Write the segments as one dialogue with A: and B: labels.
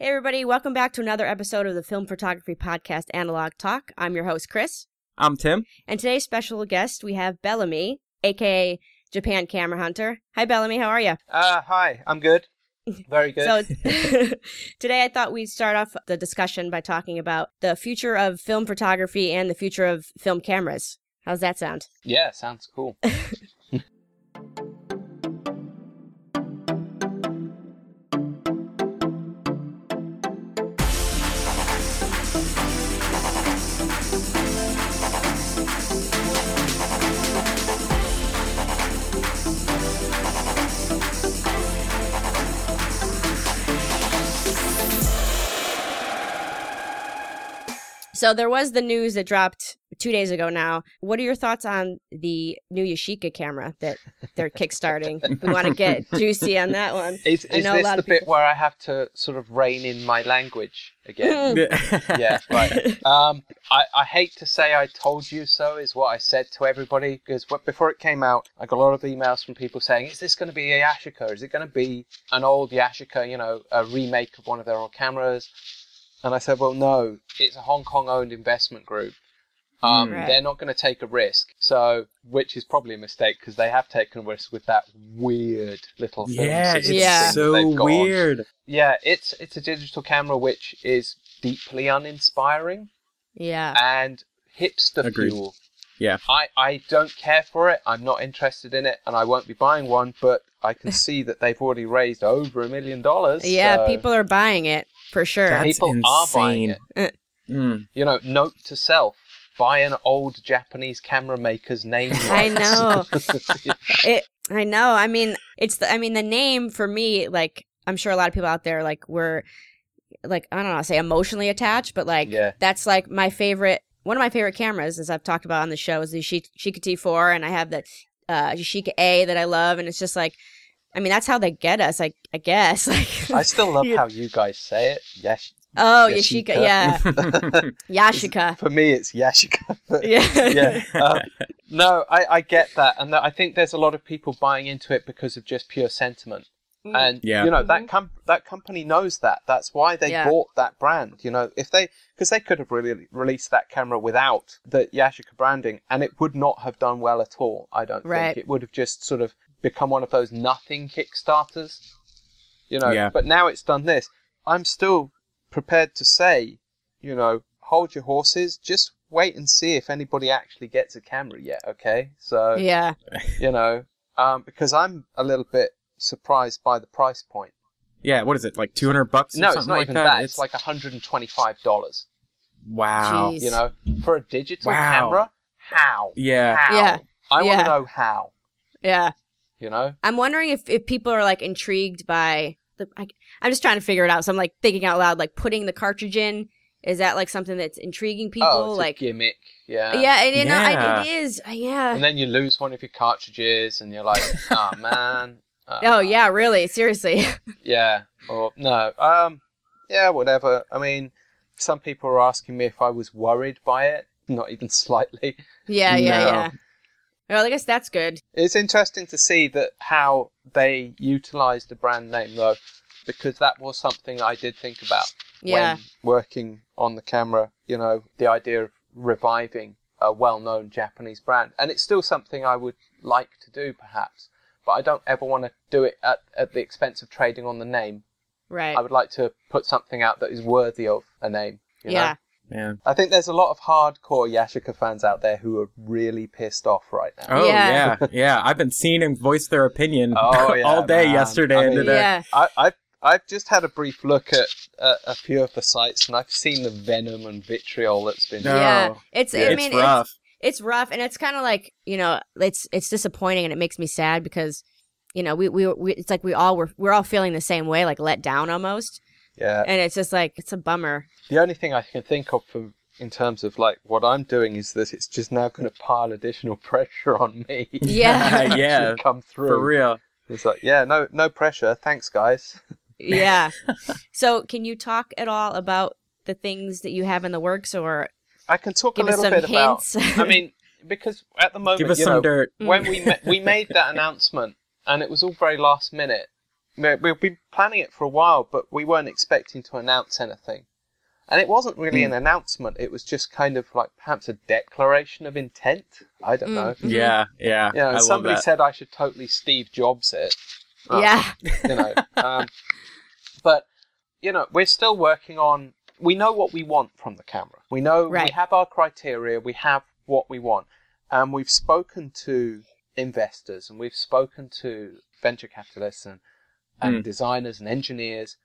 A: Hey, everybody, welcome back to another episode of the Film Photography Podcast Analog Talk. I'm your host, Chris.
B: I'm Tim.
A: And today's special guest, we have Bellamy, aka Japan Camera Hunter. Hi, Bellamy, how are you?
B: Uh, hi, I'm good. Very good.
A: So today I thought we'd start off the discussion by talking about the future of film photography and the future of film cameras. How's that sound?
B: yeah, sounds cool.
A: So there was the news that dropped two days ago now. What are your thoughts on the new Yashica camera that they're kickstarting? we want to get juicy on that one.
C: Is,
A: I
C: is
A: know a
C: this
A: lot
C: the
A: of
C: bit
A: people-
C: where I have to sort of rein in my language again?
B: yeah.
C: yeah, right. Um, I, I hate to say I told you so is what I said to everybody because wh- before it came out, I got a lot of emails from people saying, "Is this going to be a Yashica? Is it going to be an old Yashica? You know, a remake of one of their old cameras?" And I said, "Well, no. It's a Hong Kong-owned investment group." Um,
A: Right.
C: They're not going to take a risk, so which is probably a mistake because they have taken a risk with that weird little film
B: Yeah, it's
C: system
A: Yeah.
C: thing
B: so
C: they've got on.
B: weird.
C: Yeah, it's it's a digital camera which is deeply uninspiring
A: Yeah.
C: and hipster
B: Agreed.
C: fuel.
B: Yeah.
C: I, I don't care for it. I'm not interested in it, and I won't be buying one. But I can see that they've already raised over a million dollars.
A: Yeah,
C: so
A: people are buying it for sure.
B: That's
C: people are buying
B: insane.
A: it.
B: Mm.
C: You know, note to self: buy an old Japanese camera maker's name.
A: I
C: rights.
A: know. it, I know. I mean, it's the. I mean, the name for me, like, I'm sure a lot of people out there, like, were, like, I don't know, say emotionally attached, but like,
C: Yeah.
A: that's like my favorite. One of my favorite cameras, as I've talked about on the show, is the Shi- Sheikah T4, and I have the uh, Sheikah A that I love, and it's just like, I mean, that's how they get us, I, I guess. Like,
C: I still love
A: Yeah.
C: how you guys say it. Yes,
A: oh,
C: Yashica.
A: Yashika, yeah, Yashika,
C: for me it's Yashica.
A: yeah,
C: yeah. Um, no, I, I get that, and that, I think there's a lot of people buying into it because of just pure sentiment.
A: Mm.
C: And
B: Yeah.
C: you know that com- that company knows that. That's why they
A: Yeah.
C: bought that brand. You know, if they because they could have really released that camera without the Yashica branding, and it would not have done well at all. I don't
A: Right.
C: think it would have just sort of become one of those nothing kickstarters. You know,
B: Yeah.
C: but now it's done this. I'm still prepared to say, you know, hold your horses. Just wait and see if anybody actually gets a camera yet. Okay, so
A: yeah.
C: you know, um, because I'm a little bit surprised by the price point.
B: Yeah, what is it? Like 200 bucks or
C: No,
B: something
C: it's not
B: like
C: even
B: that?
C: that. It's like $125.
B: wow.
A: Jeez.
C: You know, for a digital
B: Wow.
C: camera, how?
B: Yeah.
C: How?
A: Yeah.
C: I want
A: Yeah.
C: to know how,
A: Yeah.
C: you know?
A: I'm wondering if, if people are like intrigued by the. I, I'm just trying to figure it out. So I'm like thinking out loud, like putting the cartridge in. Is that like something that's intriguing people?
C: oh, it's
A: like,
C: a gimmick. Yeah.
A: yeah, and, you know, I,
B: Yeah.
A: it is. Uh, Yeah.
C: And then you lose one of your cartridges and you're like, oh, man. Uh,
A: Oh yeah, really? Seriously?
C: Yeah. Or, no. Um, yeah, whatever. I mean, some people are asking me if I was worried by it. Not even slightly.
A: yeah, yeah,
B: No.
A: yeah. Well, I guess that's good.
C: It's interesting to see that how they utilised the brand name though, because that was something I did think about
A: Yeah,
C: when working on the camera. You know, the idea of reviving a well-known Japanese brand, and it's still something I would like to do, perhaps. But I don't ever want to do it at, at the expense of trading on the name.
A: right.
C: I would like to put something out that is worthy of a name. You know?
A: yeah,
B: Yeah.
C: I think there's a lot of hardcore Yashica fans out there who are really pissed off right now.
B: Oh,
A: Yeah.
B: yeah. yeah. I've been seeing him voice their opinion
C: Oh, yeah,
B: all day
C: man.
B: yesterday
C: I
B: and
C: mean,
B: today.
A: yeah.
C: I, I've I've just had a brief look at uh, a few of the sites, and I've seen the venom and vitriol that's been.
B: No.
A: Yeah. It's. I
B: it's
A: mean, it's
B: rough.
A: it's rough and it's kind of like you know it's it's disappointing and it makes me sad because you know we, we we it's like we all were we're all feeling the same way like let down almost
C: Yeah.
A: and it's just like it's a bummer.
C: The only thing I can think of for in terms of like what I'm doing is that it's just now going to pile additional pressure on me.
A: Yeah.
C: to
B: Yeah,
C: come through.
B: for real.
C: It's like yeah, no, no pressure. Thanks, guys.
A: Yeah. so, can you talk at all about the things that you have in the works, or
C: I can talk
A: give
C: a
A: us
C: little
A: some
C: bit
A: hints? Mm.
C: about. I mean, because at the moment,
B: Give us
C: you
B: some
C: know,
B: dirt.
C: when we ma- we made that announcement, and it was all very last minute. We- We've been planning it for a while, but we weren't expecting to announce anything. And it wasn't really
A: Mm.
C: an announcement. It was just kind of like perhaps a declaration of intent. I don't
A: Mm.
C: know.
B: Yeah, yeah.
C: You know,
B: I love
C: somebody
B: that.
C: said I should totally Steve Jobs it. Oh,
A: yeah.
C: you know. Um, but you know, we're still working on. We know what we want from the camera. We know we
A: Right.
C: have our criteria. We have what we want, and we've spoken to investors and we've spoken to venture capitalists and, and
B: Hmm.
C: designers and engineers,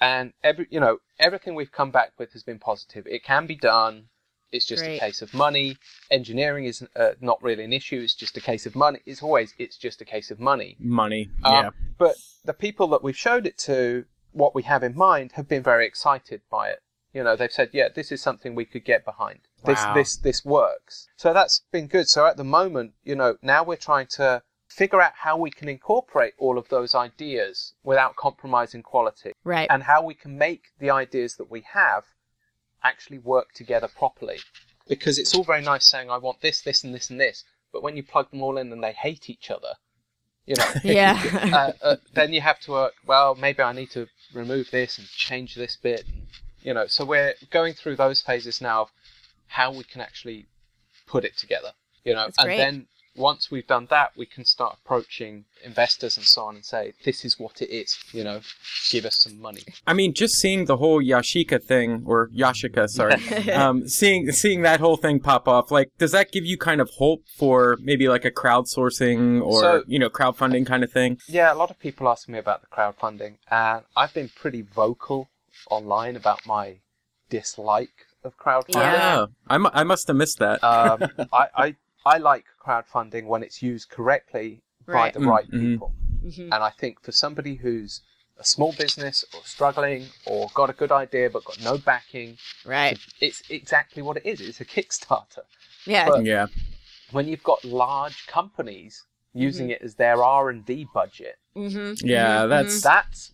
C: and every you know everything we've come back with has been positive. It can be done. It's just a
A: Great.
C: case of money. Engineering is uh, not really an issue. It's just a case of money. It's always it's just a case of money.
B: money.
C: Um,
B: yeah.
C: But the people that we've showed it to, what we have in mind, have been very excited by it. You know, they've said, "Yeah, this is something we could get behind. This,
B: Wow.
C: this, this works." So that's been good. So at the moment, you know, now we're trying to figure out how we can incorporate all of those ideas without compromising quality,
A: Right.
C: and how we can make the ideas that we have actually work together properly. Because it's all very nice saying, "I want this, this, and this, and this," but when you plug them all in and they hate each other, you know,
A: yeah.
C: uh, uh, then you have to work. Well, maybe I need to remove this and change this bit. and, You know, so we're going through those phases now of how we can actually put it together. You know,
A: That's
C: and
A: great.
C: then once we've done that, we can start approaching investors and so on and say, "This is what it is." You know, give us some money.
B: I mean, just seeing the whole Yashika thing, or Yashika, sorry, um, seeing seeing that whole thing pop off, like, does that give you kind of hope for maybe like a crowdsourcing or
C: So-
B: you know crowdfunding kind of thing?
C: Yeah, a lot of people ask me about the crowdfunding, and I've been pretty vocal online about my dislike of crowdfunding.
A: Yeah.
B: Oh, I mu- I must have missed that.
C: um, I, I I like crowdfunding when it's used correctly
A: Right.
C: by the
B: Mm,
C: right
B: mhm.
C: people.
A: Mhm.
C: And I think for somebody who's a small business or struggling or got a good idea but got no backing,
A: Right.
C: it's exactly what it is. It's a Kickstarter.
A: Yeah.
C: But-
B: yeah,
C: When you've got large companies
A: Mm-hmm.
C: using it as their R and D budget,
A: hmm
B: yeah, that's
C: that's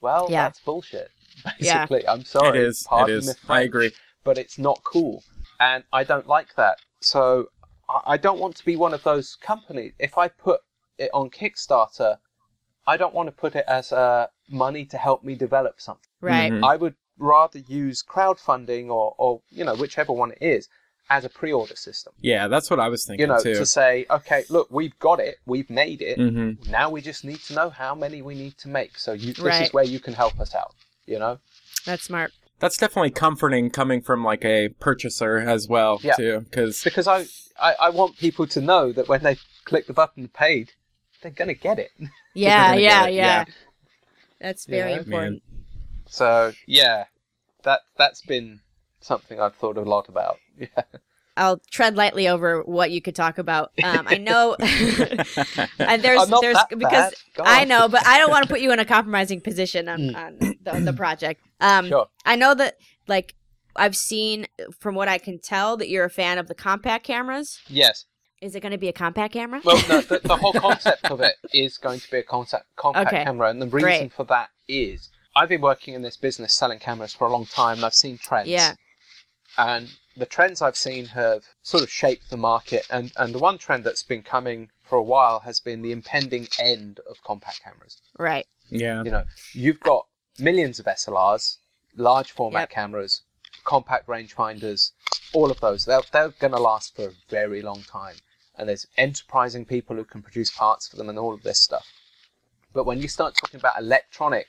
C: well,
A: Yeah.
C: that's bullshit.
A: Yeah.
C: Basically, I'm sorry.
B: it is. It
C: Pardon
B: is.
C: the
B: I
C: French
B: agree.
C: but it's not cool. And I don't like that. So I I don't want to be one of those companies. If I put it on Kickstarter, I don't want to put it as uh, money to help me develop something.
A: Right.
B: Mhm.
C: I would rather use crowdfunding or, or you know, whichever one it is, as a pre order system.
B: Yeah, that's what I was thinking
C: You know,
B: too.
C: to say, okay, look, we've got it, we've made it.
B: hmm
C: Now we just need to know how many we need to make. So you, this
A: Right.
C: is where you can help us out. You know,
A: That's smart.
B: That's definitely comforting coming from like a purchaser as well
C: Yeah.
B: too, because
C: because I, I, I want people to know that when they click the button and paid, they're gonna get it.
A: Yeah.
B: gonna
A: Yeah.
B: get it,
A: Yeah.
B: yeah.
A: That's very
C: Yeah.
A: important.
C: So yeah, that that's been something I've thought a lot about. Yeah,
A: I'll tread lightly over what you could talk about. Um, I know, and there's
C: I'm not
A: there's
C: that
A: because
C: bad. Go
A: I
C: on.
A: know, but I don't want to put you in a compromising position on,
C: Mm.
A: on the, the project. Um,
C: Sure.
A: I know that like I've seen from what I can tell that you're a fan of the compact cameras.
C: Yes.
A: Is it going to be a compact camera?
C: Well, no, the, the whole concept of it is going to be a concept, compact
A: Okay.
C: camera, and the reason
A: Great.
C: for that is I've been working in this business selling cameras for a long time, and I've seen trends.
A: Yeah.
C: And the trends I've seen have sort of shaped the market, and, and the one trend that's been coming for a while has been the impending end of compact cameras.
A: right.
B: yeah,
C: You know, you've got millions of SLRs, large format
A: Yep.
C: cameras, compact rangefinders, all of those. They're, they're going to last for a very long time. And there's enterprising people who can produce parts for them and all of this stuff. But when you start talking about electronic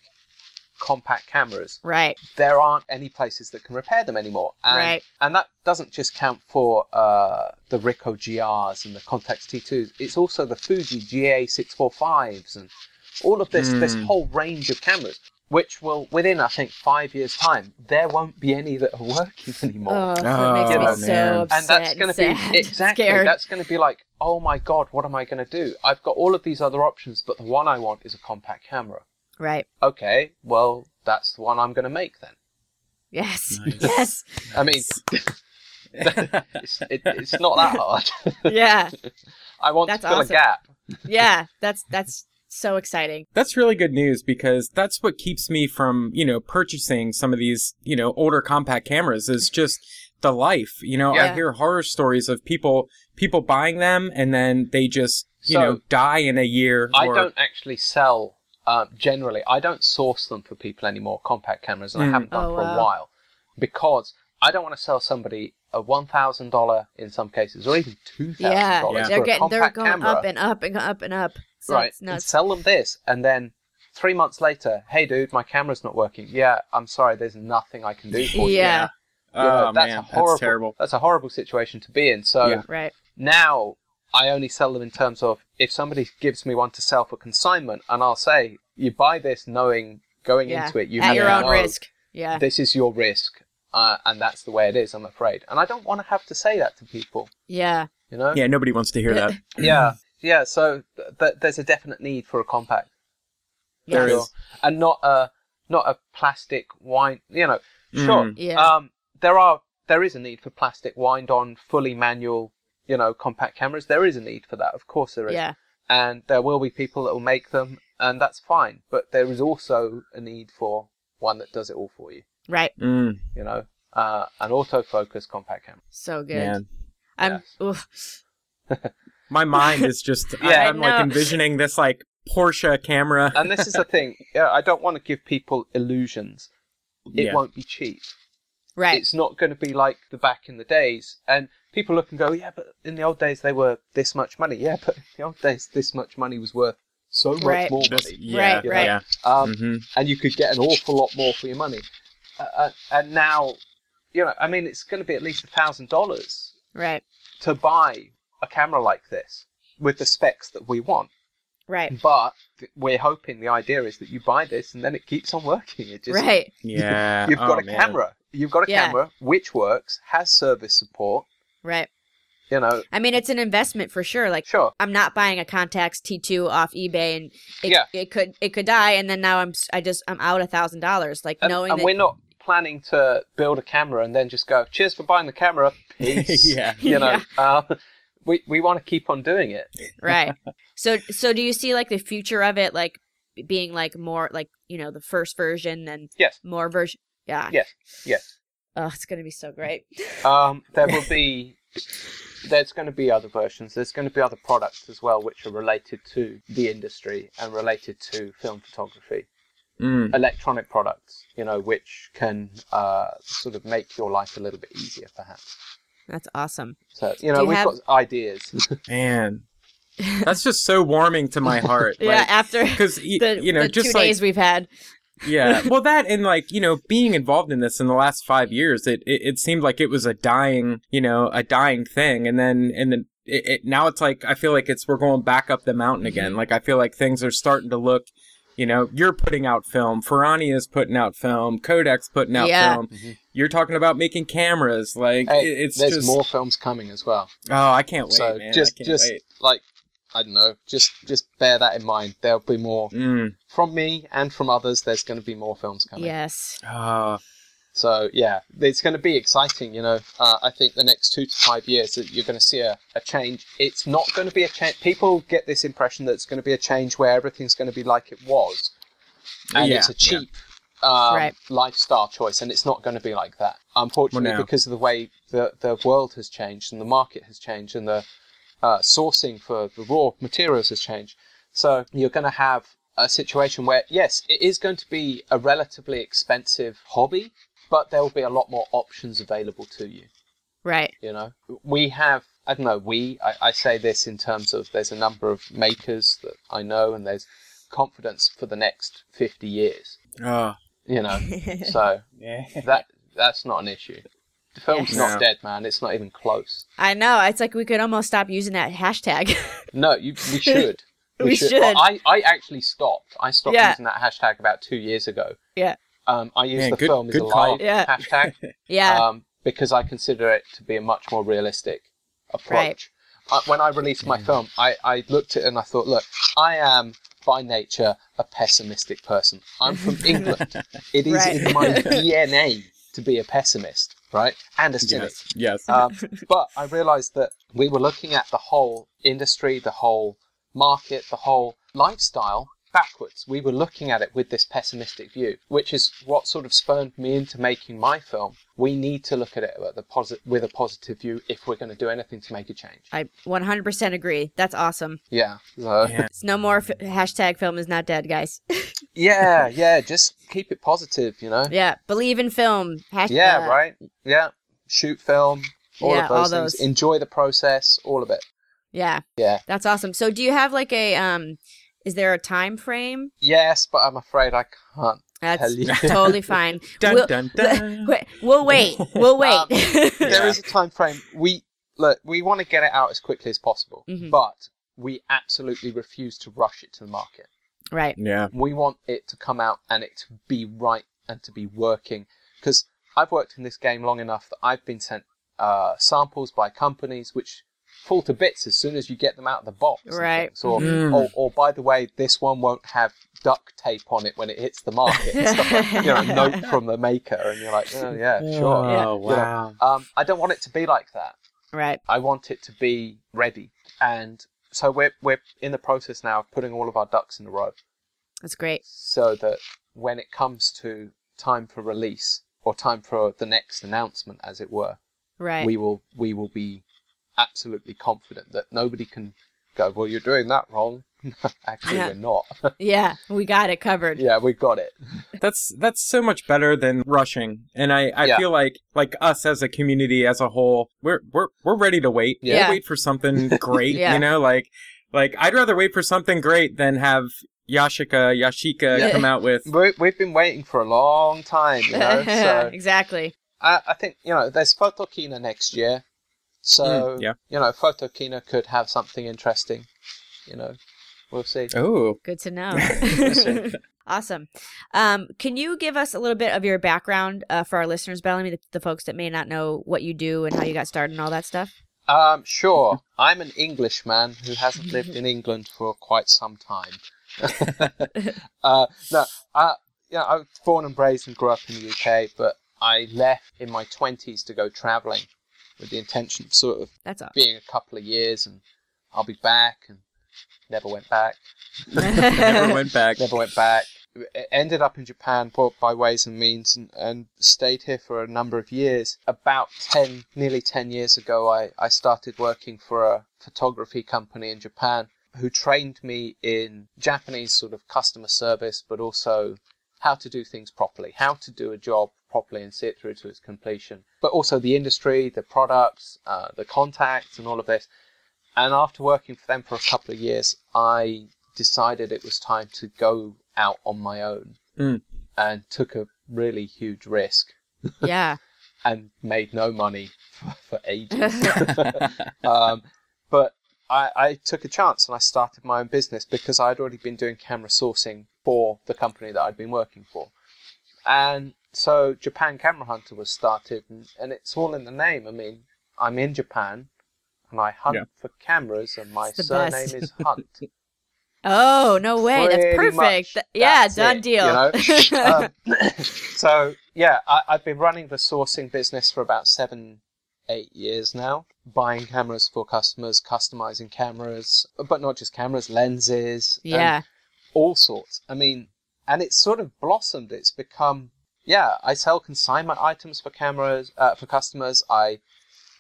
C: compact cameras,
A: Right.
C: there aren't any places that can repair them anymore. And,
A: Right.
C: and that doesn't just count for uh, the Ricoh GRs and the Contax T2s. It's also the Fuji GA645s and all of this this
B: Hmm.
C: whole range of cameras, which will within I think five years' time there won't be any that are working anymore.
A: Oh, that makes me
C: Oh,
A: so
B: man.
A: upset.
C: and that's going to
A: sad,
C: be exactly
A: scared.
C: that's going to be like, oh my god, what am I going to do? I've got all of these other options, but the one I want is a compact camera
A: right.
C: okay, well, that's the one I'm going to make then.
A: Yes.
B: Nice.
A: Yes.
C: I mean, it's, it, it's not that hard.
A: Yeah.
C: I want
A: That's
C: to fill
A: awesome.
C: a gap.
A: Yeah. That's that's so exciting.
B: That's really good news because that's what keeps me from, you know, purchasing some of these, you know, older compact cameras is
C: Mm-hmm.
B: just the life. You know, I
A: Yeah.
B: hear horror stories of people people buying them and then they just, you
C: So-
B: know, die in a year
C: I
B: or
C: don't actually sell um, generally. I don't source them for people anymore. Compact cameras, and I
B: Mm.
C: haven't done
A: Oh,
C: for
A: wow.
C: a while because I don't want to sell somebody a one thousand dollar in some cases, or even two thousand
A: Yeah.
C: dollars
A: They're
C: for a
A: getting they're
C: compact
A: going
C: camera.
A: up and up and up and up. So
C: right,
A: it's
C: and
A: nuts.
C: sell them this, and then three months later, hey dude, my camera's not working. Yeah, I'm sorry, there's nothing I can do for you.
A: Yeah.
C: You know,
B: Oh
C: that's a
B: man,
C: horrible,
B: that's terrible.
C: That's a horrible situation to be in. So
B: Yeah.
A: Right.
C: now I only sell them in terms of if somebody gives me one to sell for consignment, and I'll say you buy this knowing going
A: Yeah.
C: into it you
A: At
C: have
A: your
C: to
A: own
C: know
A: risk. Yeah.
C: This is your risk, uh, and that's the way it is. I'm afraid, and I don't want to have to say that to people.
A: Yeah.
C: You know?
B: Yeah, nobody wants to hear that.
C: yeah, yeah. So th- th- there's a definite need for a compact,
B: There
C: Sure.
B: is.
C: and not a not a plastic wine. You know, sure.
B: Mm.
A: Yeah.
C: Um, there are there is a need for plastic wind-on, fully manual, you know, compact cameras. There is a need for that, of course there is.
A: Yeah.
C: And there will be people that will make them, and that's fine. But there is also a need for one that does it all for you.
A: Right.
B: Mm,
C: You know, uh, an autofocus compact camera.
A: So good.
B: man.
A: I'm oof.
B: My mind is just
C: Yeah,
B: I, am like
A: no.
B: envisioning this like Porsche camera.
C: And this is the thing. Yeah, I don't want to give people illusions. It
B: Yeah.
C: won't be cheap.
A: right.
C: it's not going to be like the back in the days. And people look and go, yeah, but in the old days they were this much money. Yeah, but in the old days this much money was worth so much
A: Right.
C: more
B: Just-
C: money.
B: yeah,
A: Right, right.
B: yeah.
C: Um,
B: Mhm.
C: And you could get an awful lot more for your money. Uh, uh, and now, you know, I mean, it's going to be at least a thousand dollars
A: Right.
C: to buy a camera like this with the specs that we want.
A: Right.
C: But we're hoping the idea is that you buy this and then it keeps on working. It just
A: Right.
B: Yeah.
C: You've got
B: Oh,
C: a
B: man.
C: camera. You've got a
A: Yeah.
C: camera which works, has service support.
A: Right.
C: You know,
A: I mean, it's an investment for sure. Like
C: sure.
A: I'm not buying a Contax T2 off eBay, and it,
C: Yeah.
A: it could it could die, and then now I'm s- I just I'm out a thousand dollars. Like
C: And,
A: knowing
C: and
A: that,
C: we're not planning to build a camera and then just go, cheers for buying the camera. Peace.
B: Yeah.
C: You know, um, we, we want to keep on doing it.
A: right? So so do you see like the future of it, like being like more like you know the first version and
C: Yes.
A: more version? Yeah.
C: Yes. Yes.
A: Oh, it's gonna be so great.
C: Um, there will be, there's going to be other versions. There's going to be other products as well, which are related to the industry and related to film photography.
B: Mm.
C: Electronic products, you know, which can uh, sort of make your life a little bit easier, perhaps.
A: That's awesome.
C: So, you
A: Do
C: know,
A: you
C: we've
A: have-
C: got ideas.
B: Man, that's just so warming to my heart.
A: yeah. After
B: because
A: the,
B: you know,
A: the
B: just
A: two
B: like
A: days we've had.
B: yeah, well, that and like you know, being involved in this in the last five years, it it, it seemed like it was a dying, you know, a dying thing, and then and then. It, it, now it's like I feel like it's we're going back up the mountain again.
A: Mm-hmm.
B: Like I feel like things are starting to look, you know, you're putting out film, Ferrani is putting out film, Kodak's putting out
A: Yeah.
B: film. You're talking about making cameras. Like
C: Mm-hmm. Hey,
B: it, it's
C: there's
B: just
C: more films coming as well.
B: oh, I can't wait,
C: so
B: man.
C: just
B: I can't
C: just
B: wait.
C: like I don't know, just just bear that in mind. There'll be more
B: Mm.
C: from me and from others. There's going to be more films coming.
A: Yes.
B: Oh,
C: So yeah, it's going to be exciting. You know, uh, I think the next two to five years that you're going to see a, a change. It's not going to be a change. People get this impression that it's going to be a change where everything's going to be like it was, and
B: Yeah,
C: it's a
B: yeah.
C: cheap. Um,
A: Right.
C: lifestyle choice and it's not going to be like that unfortunately
B: Well, no.
C: because of the way the, the world has changed and the market has changed and the uh, sourcing for the raw materials has changed. So you're going to have a situation where, yes, it is going to be a relatively expensive hobby, but there will be a lot more options available to you.
A: Right.
C: You know, we have, I don't know, we, I, I say this in terms of there's a number of makers that I know and there's confidence for the next 50 years,
B: oh,
C: you know. so
B: yeah.
C: that that's not an issue. The film's
A: Yes.
C: not
B: No.
C: dead, man. It's not even close.
A: I know. It's like we could almost stop using that hashtag.
C: No, you, we should.
A: We should.
C: Well, I, I actually stopped. I stopped
A: Yeah.
C: using that hashtag about two years ago.
A: Yeah.
C: Um, I use
B: Man,
C: the
B: good-
C: film is
B: good call.
C: alive
A: Yeah.
C: hashtag
A: yeah.
C: um, because I consider it to be a much more realistic approach.
A: Right.
C: Uh, when I released my film, I, I looked at it and I thought, look, I am by nature a pessimistic person. I'm from England. It is
A: Right.
C: in my DNA to be a pessimist, right? And a cynic.
B: Yes. Yes.
C: Um, but I realised that we were looking at the whole industry, the whole market, the whole lifestyle backwards. We were looking at it with this pessimistic view, which is what sort of spurned me into making my film. We need to look at it with a, posi- with a positive view if we're going to do anything to make a change.
A: I 100% agree. That's awesome.
C: Yeah. So-
B: Yeah.
A: It's no more f- hashtag film is not dead, guys.
C: yeah, yeah. Just keep it positive, you know?
A: yeah, believe in film. Hashtag,
C: Yeah, right? Yeah. Shoot film, all
A: Yeah,
C: of those
A: all
C: things.
A: those.
C: Enjoy the process, all of it.
A: Yeah,
C: Yeah.
A: that's awesome. So do you have like a um? Is there a time frame?
C: Yes, but I'm afraid I can't tell
A: That's
C: you.
A: totally fine.
B: Dun,
A: we'll,
B: dun, dun.
A: Wait, we'll wait. We'll wait.
C: Um, there is a time frame. We look, we want to get it out as quickly as possible,
A: Mhm.
C: but we absolutely refuse to rush it to the market.
A: right.
B: yeah.
C: We want it to come out and it to be right and to be working. Because I've worked in this game long enough that I've been sent uh, samples by companies which fall to bits as soon as you get them out of the box. and
A: Right. Mm-hmm.
C: things. Or,
B: Mm.
C: or, or by the way, this one won't have duct tape on it when it hits the market. and stuff like, you know, a note from the maker, and you're like, oh yeah, sure.
B: Oh,
A: Yeah.
B: wow.
C: Um, I don't want it to be like that.
A: Right.
C: I want it to be ready. And so we're we're in the process now of putting all of our ducks in a row
A: That's great.
C: so that when it comes to time for release or time for the next announcement as it were,
A: Right.
C: we will we will be absolutely confident that nobody can go, Well you're doing that wrong. Actually
A: Yeah.
C: we're not.
A: yeah, we got it covered.
C: yeah, we got it.
B: That's that's so much better than rushing. And I, I
C: Yeah.
B: feel like like us as a community as a whole, we're we're we're ready to wait. We'll
A: Yeah.
B: wait for something great.
A: Yeah.
B: You know, like like I'd rather wait for something great than have Yashika Yashika
A: Yeah.
B: come out with
C: We, we've been waiting for a long time, you know. So
A: exactly.
C: I, I think you know there's Photokina next year, so
B: Mm, yeah.
C: you know Photokina could have something interesting. You know, we'll see.
B: Oh.
A: Good to know. awesome. Um, can you give us a little bit of your background uh, for our listeners, Bellamy, the, the folks that may not know what you do and how you got started and all that stuff?
C: Um, sure, I'm an Englishman who hasn't lived in England for quite some time. uh, no, uh, yeah, I was born and raised and grew up in the UK, but I left in my twenties to go travelling with the intention of sort of
A: That's all.
C: being a couple of years and I'll be back and never went back.
B: Never went back.
C: never went back. It Ended up in Japan by, by ways and means, and, and stayed here for a number of years. About ten, nearly ten years ago, I, I started working for a photography company in Japan, who trained me in Japanese sort of customer service, but also how to do things properly, how to do a job properly and see it through to its completion, but also the industry, the products, uh, the contacts, and all of this. And after working for them for a couple of years, I decided it was time to go out on my own
B: Mm.
C: and took a really huge risk
A: Yeah.
C: and made no money for, for ages. um, but I, I took a chance and I started my own business because I'd already been doing camera sourcing for the company that I'd been working for. And so Japan Camera Hunter was started, and, and it's all in the name. I mean, I'm in Japan and I hunt
B: Yeah.
C: for cameras, and my
A: It's the
C: surname
A: best.
C: is Hunt.
A: Oh no way! That's
C: Pretty
A: perfect.
C: much
A: Th- yeah,
C: that's
A: done
C: it,
A: deal.
C: you know? Um, so yeah, I, I've been running the sourcing business for about seven, eight years now, buying cameras for customers, customizing cameras, but not just cameras, lenses, and
A: yeah.
C: all sorts. I mean, and it's sort of blossomed. It's become yeah. I sell consignment items for cameras uh, for customers. I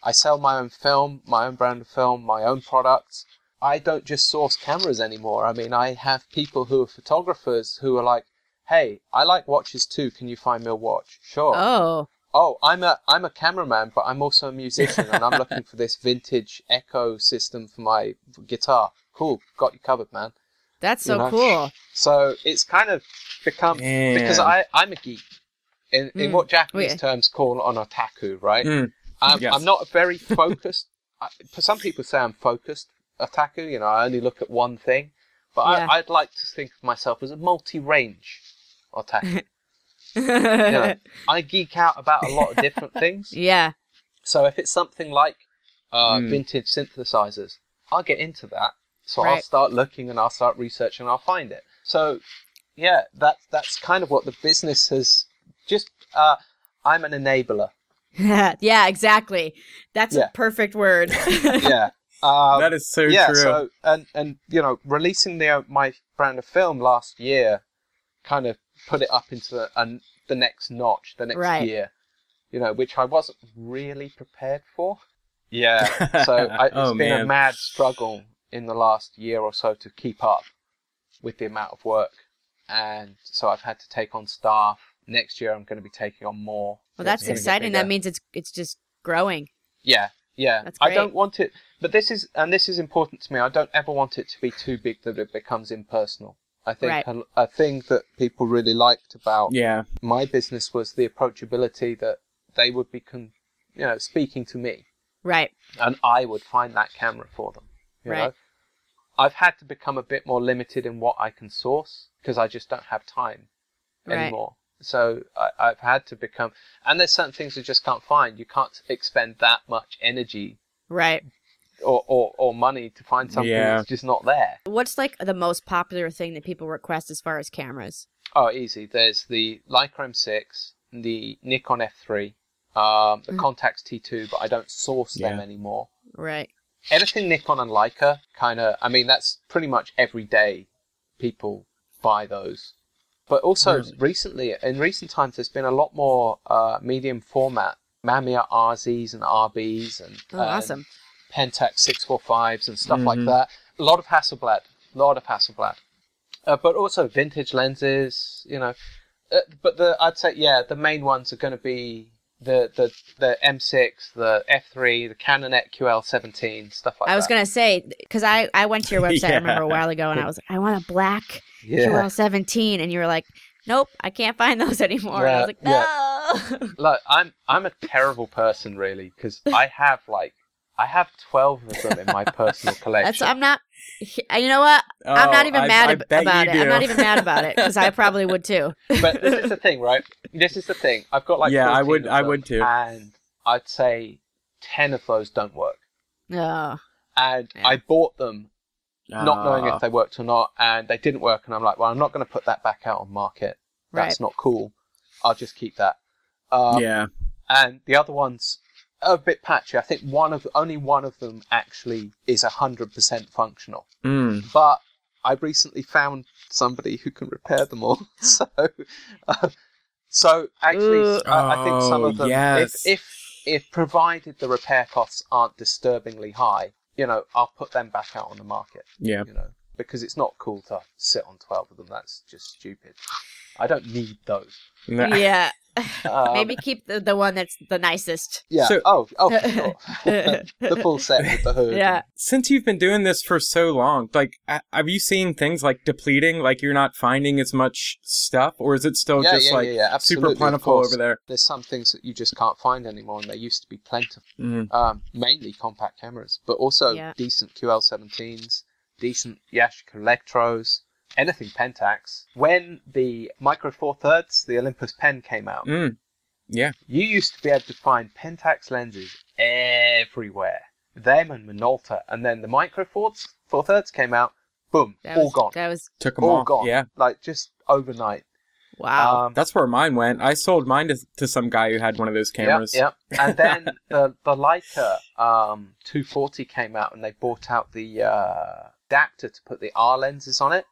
C: I sell my own film, my own brand of film, my own products. I don't just source cameras anymore. I mean, I have people who are photographers who are like, "Hey, I like watches too. Can you find me a watch?" Sure.
A: Oh.
C: Oh, I'm a I'm a cameraman, but I'm also a musician, and I'm looking for this vintage Echo system for my guitar. Cool, got you covered, man.
A: That's so
C: You know?
A: cool.
C: So it's kind of become
B: Man.
C: because I I'm a geek in, in
A: Mm.
C: what Japanese
A: Okay.
C: terms call an otaku, right?
B: Mm.
C: I'm,
B: Yes.
C: I'm not very focused. I, for some people say I'm focused otaku. You know, I only look at one thing, but
A: Yeah.
C: I, I'd like to think of myself as a multi-range otaku. You know,
A: yeah.
C: I geek out about a lot of different things. So if it's something like uh,
B: Mm.
C: vintage synthesizers, I'll get into that. So I'll
A: Right.
C: start looking and I'll start researching and I'll find it. So yeah, that that's kind of what the business has just uh, I'm an enabler.
A: yeah, exactly. That's
C: Yeah.
A: a perfect word.
C: Yeah. Um,
B: that is so
C: yeah,
B: true.
C: so and and you know, releasing the uh, my brand of film last year kind of put it up into the, an, the next notch, the next
A: Right.
C: year. You know, which I wasn't really prepared for. Yeah. So I, it's
B: Oh,
C: been a
B: man.
C: mad struggle in the last year or so to keep up with the amount of work, and so I've had to take on staff. Next year, I'm going to be taking on more.
A: Well,
C: It's
A: that's
C: gonna get
A: exciting. That
C: bigger.
A: means it's it's just growing.
C: Yeah, yeah.
A: That's
C: I
A: great.
C: don't want it, but this is, and this is important to me. I don't ever want it to be too big that it becomes impersonal. I think
A: Right.
C: a, a thing that people really liked about
B: yeah,
C: my business was the approachability that they would be, con- you know, speaking to me,
A: Right.
C: and I would find that camera for them. You
A: Right.
C: know? I've had to become a bit more limited in what I can source because I just don't have time
A: Right.
C: anymore. So I, I've had to become, and there's certain things you just can't find. You can't expend that much energy
A: Right.
C: or, or, or money to find something
B: Yeah.
C: that's just not there.
A: What's like the most popular thing that people request as far as cameras?
C: Oh, easy. There's the Lycra M6, the Nikon F3, um, the
A: Mm.
C: Contax T2, but I don't source them
B: Yeah.
C: anymore.
A: Right.
C: Anything Nikon and Leica, kind of. I mean, that's pretty much every day people buy those. But also
B: Really?
C: recently, in recent times, there's been a lot more uh, medium format Mamiya RZs and RBs and um,
A: Oh,
C: and
A: awesome.
C: Pentax 645s and stuff like
B: Mhm.
C: that. A lot of Hasselblad, a lot of Hasselblad. Uh, but also vintage lenses, you know. Uh, but the I'd say yeah, the main ones are going to be the the the M6, the F3, the Canon EQL17, stuff like that.
A: I was gonna say because I I went to your website I remember a
B: Yeah.
A: while ago and I was like, I want a black
C: yeah.
A: QL17 and you were like, Nope, I can't find those anymore. And I was like, No.
C: Look, I'm I'm a terrible person really because I have like I have 12 of them in my personal
A: That's
C: collection.
A: I'm not. You know what? I'm
B: Oh,
A: not even
B: I-
A: mad
B: I
A: ab-
B: bet
A: about
B: you
A: it.
B: do.
A: I'm not even mad about it because I probably would too.
C: but this is the thing, right? This is the thing. I've got like
B: Yeah, I
C: 14
B: would-
C: of
B: I
C: them,
B: would too.
C: and I'd say ten of those don't work.
A: No.
C: And
A: Yeah.
C: I bought them not knowing
B: Ah.
C: if they worked or not, and they didn't work. And I'm like, well, I'm not going to put that back out on market.
A: Right.
C: That's not cool. I'll just keep that. Um,
B: yeah,
C: And the other ones are a bit patchy. I think one of only one of them actually is hundred percent functional.
B: mm.
C: But I recently found somebody who can repair them all. So, uh, so actually,
A: Ooh.
C: I, I think some
B: Oh,
C: of them,
B: yes.
C: if, if if provided the repair costs aren't disturbingly high, you know, I'll put them back out on the market.
B: yeah.
C: You know, because it's not cool to sit on twelve of them. That's just stupid. I don't need those.
B: No.
A: Yeah.
C: Um,
A: Maybe keep the, the one that's the nicest.
C: Yeah.
B: So-
C: oh, oh, for sure. the full set with the hood.
A: Yeah.
B: Since you've been doing this for so long, like, a- have you seen things like depleting? Like, you're not finding as much stuff, or is it still
C: Yeah,
B: Oh, just
C: yeah,
B: like
C: yeah, yeah, absolutely,
B: super
C: of
B: plentiful
C: course.
B: over there?
C: There's some things that you just can't find anymore, and they used to be plentiful.
B: Mm.
C: um, mainly compact cameras, but also
A: Yeah.
C: decent QL17s, decent Yashica Electros, anything Pentax. When the Micro Four Thirds, the Olympus Pen came out,
B: Mm. Yeah.
C: you used to be able to find Pentax lenses everywhere. Them and Minolta, and then the Micro Four Four Thirds came out, boom,
A: That
C: all
A: was,
C: gone,
A: That was
B: Took them
C: all
B: all.
C: gone,
B: Yeah.
C: like just overnight.
A: wow.
C: Um,
B: That's where mine went. I sold mine to, to some guy who had one of those cameras.
C: Yep, yep. And then the the Leica um, 240 came out, and they bought out the uh, adapter to put the R lenses on it.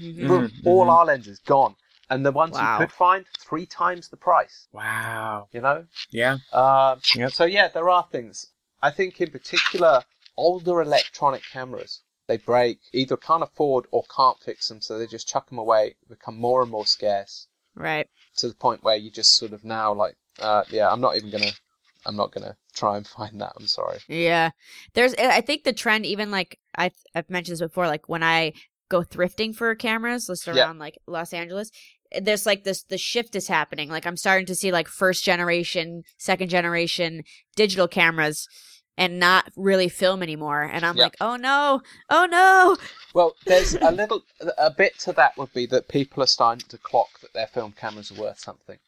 A: Mhm.
C: Boom,
B: Mhm,
C: all
B: mhm.
C: R lenses gone, and the ones
A: Wow.
C: you could find three times the price.
B: Wow.
C: You know.
B: Yeah.
C: Um,
B: Yep.
C: So yeah, there are things. I think in particular, older electronic cameras they break, either can't afford or can't fix them, so they just chuck them away, become more and more scarce
A: Right.
C: to the point where you just sort of now like uh yeah i'm not even gonna i'm not gonna try and find that i'm sorry
A: Yeah. There's eh, I think the trend even like I I've mentioned this before like when I go thrifting for cameras just
C: Yeah.
A: around like Los Angeles eh, there's like this the shift is happening like I'm starting to see like first generation second generation digital cameras and not really film anymore and I'm
C: Yeah.
A: like oh no oh no
C: well there's a little a bit to that would be that people are starting to clock that their film cameras are worth something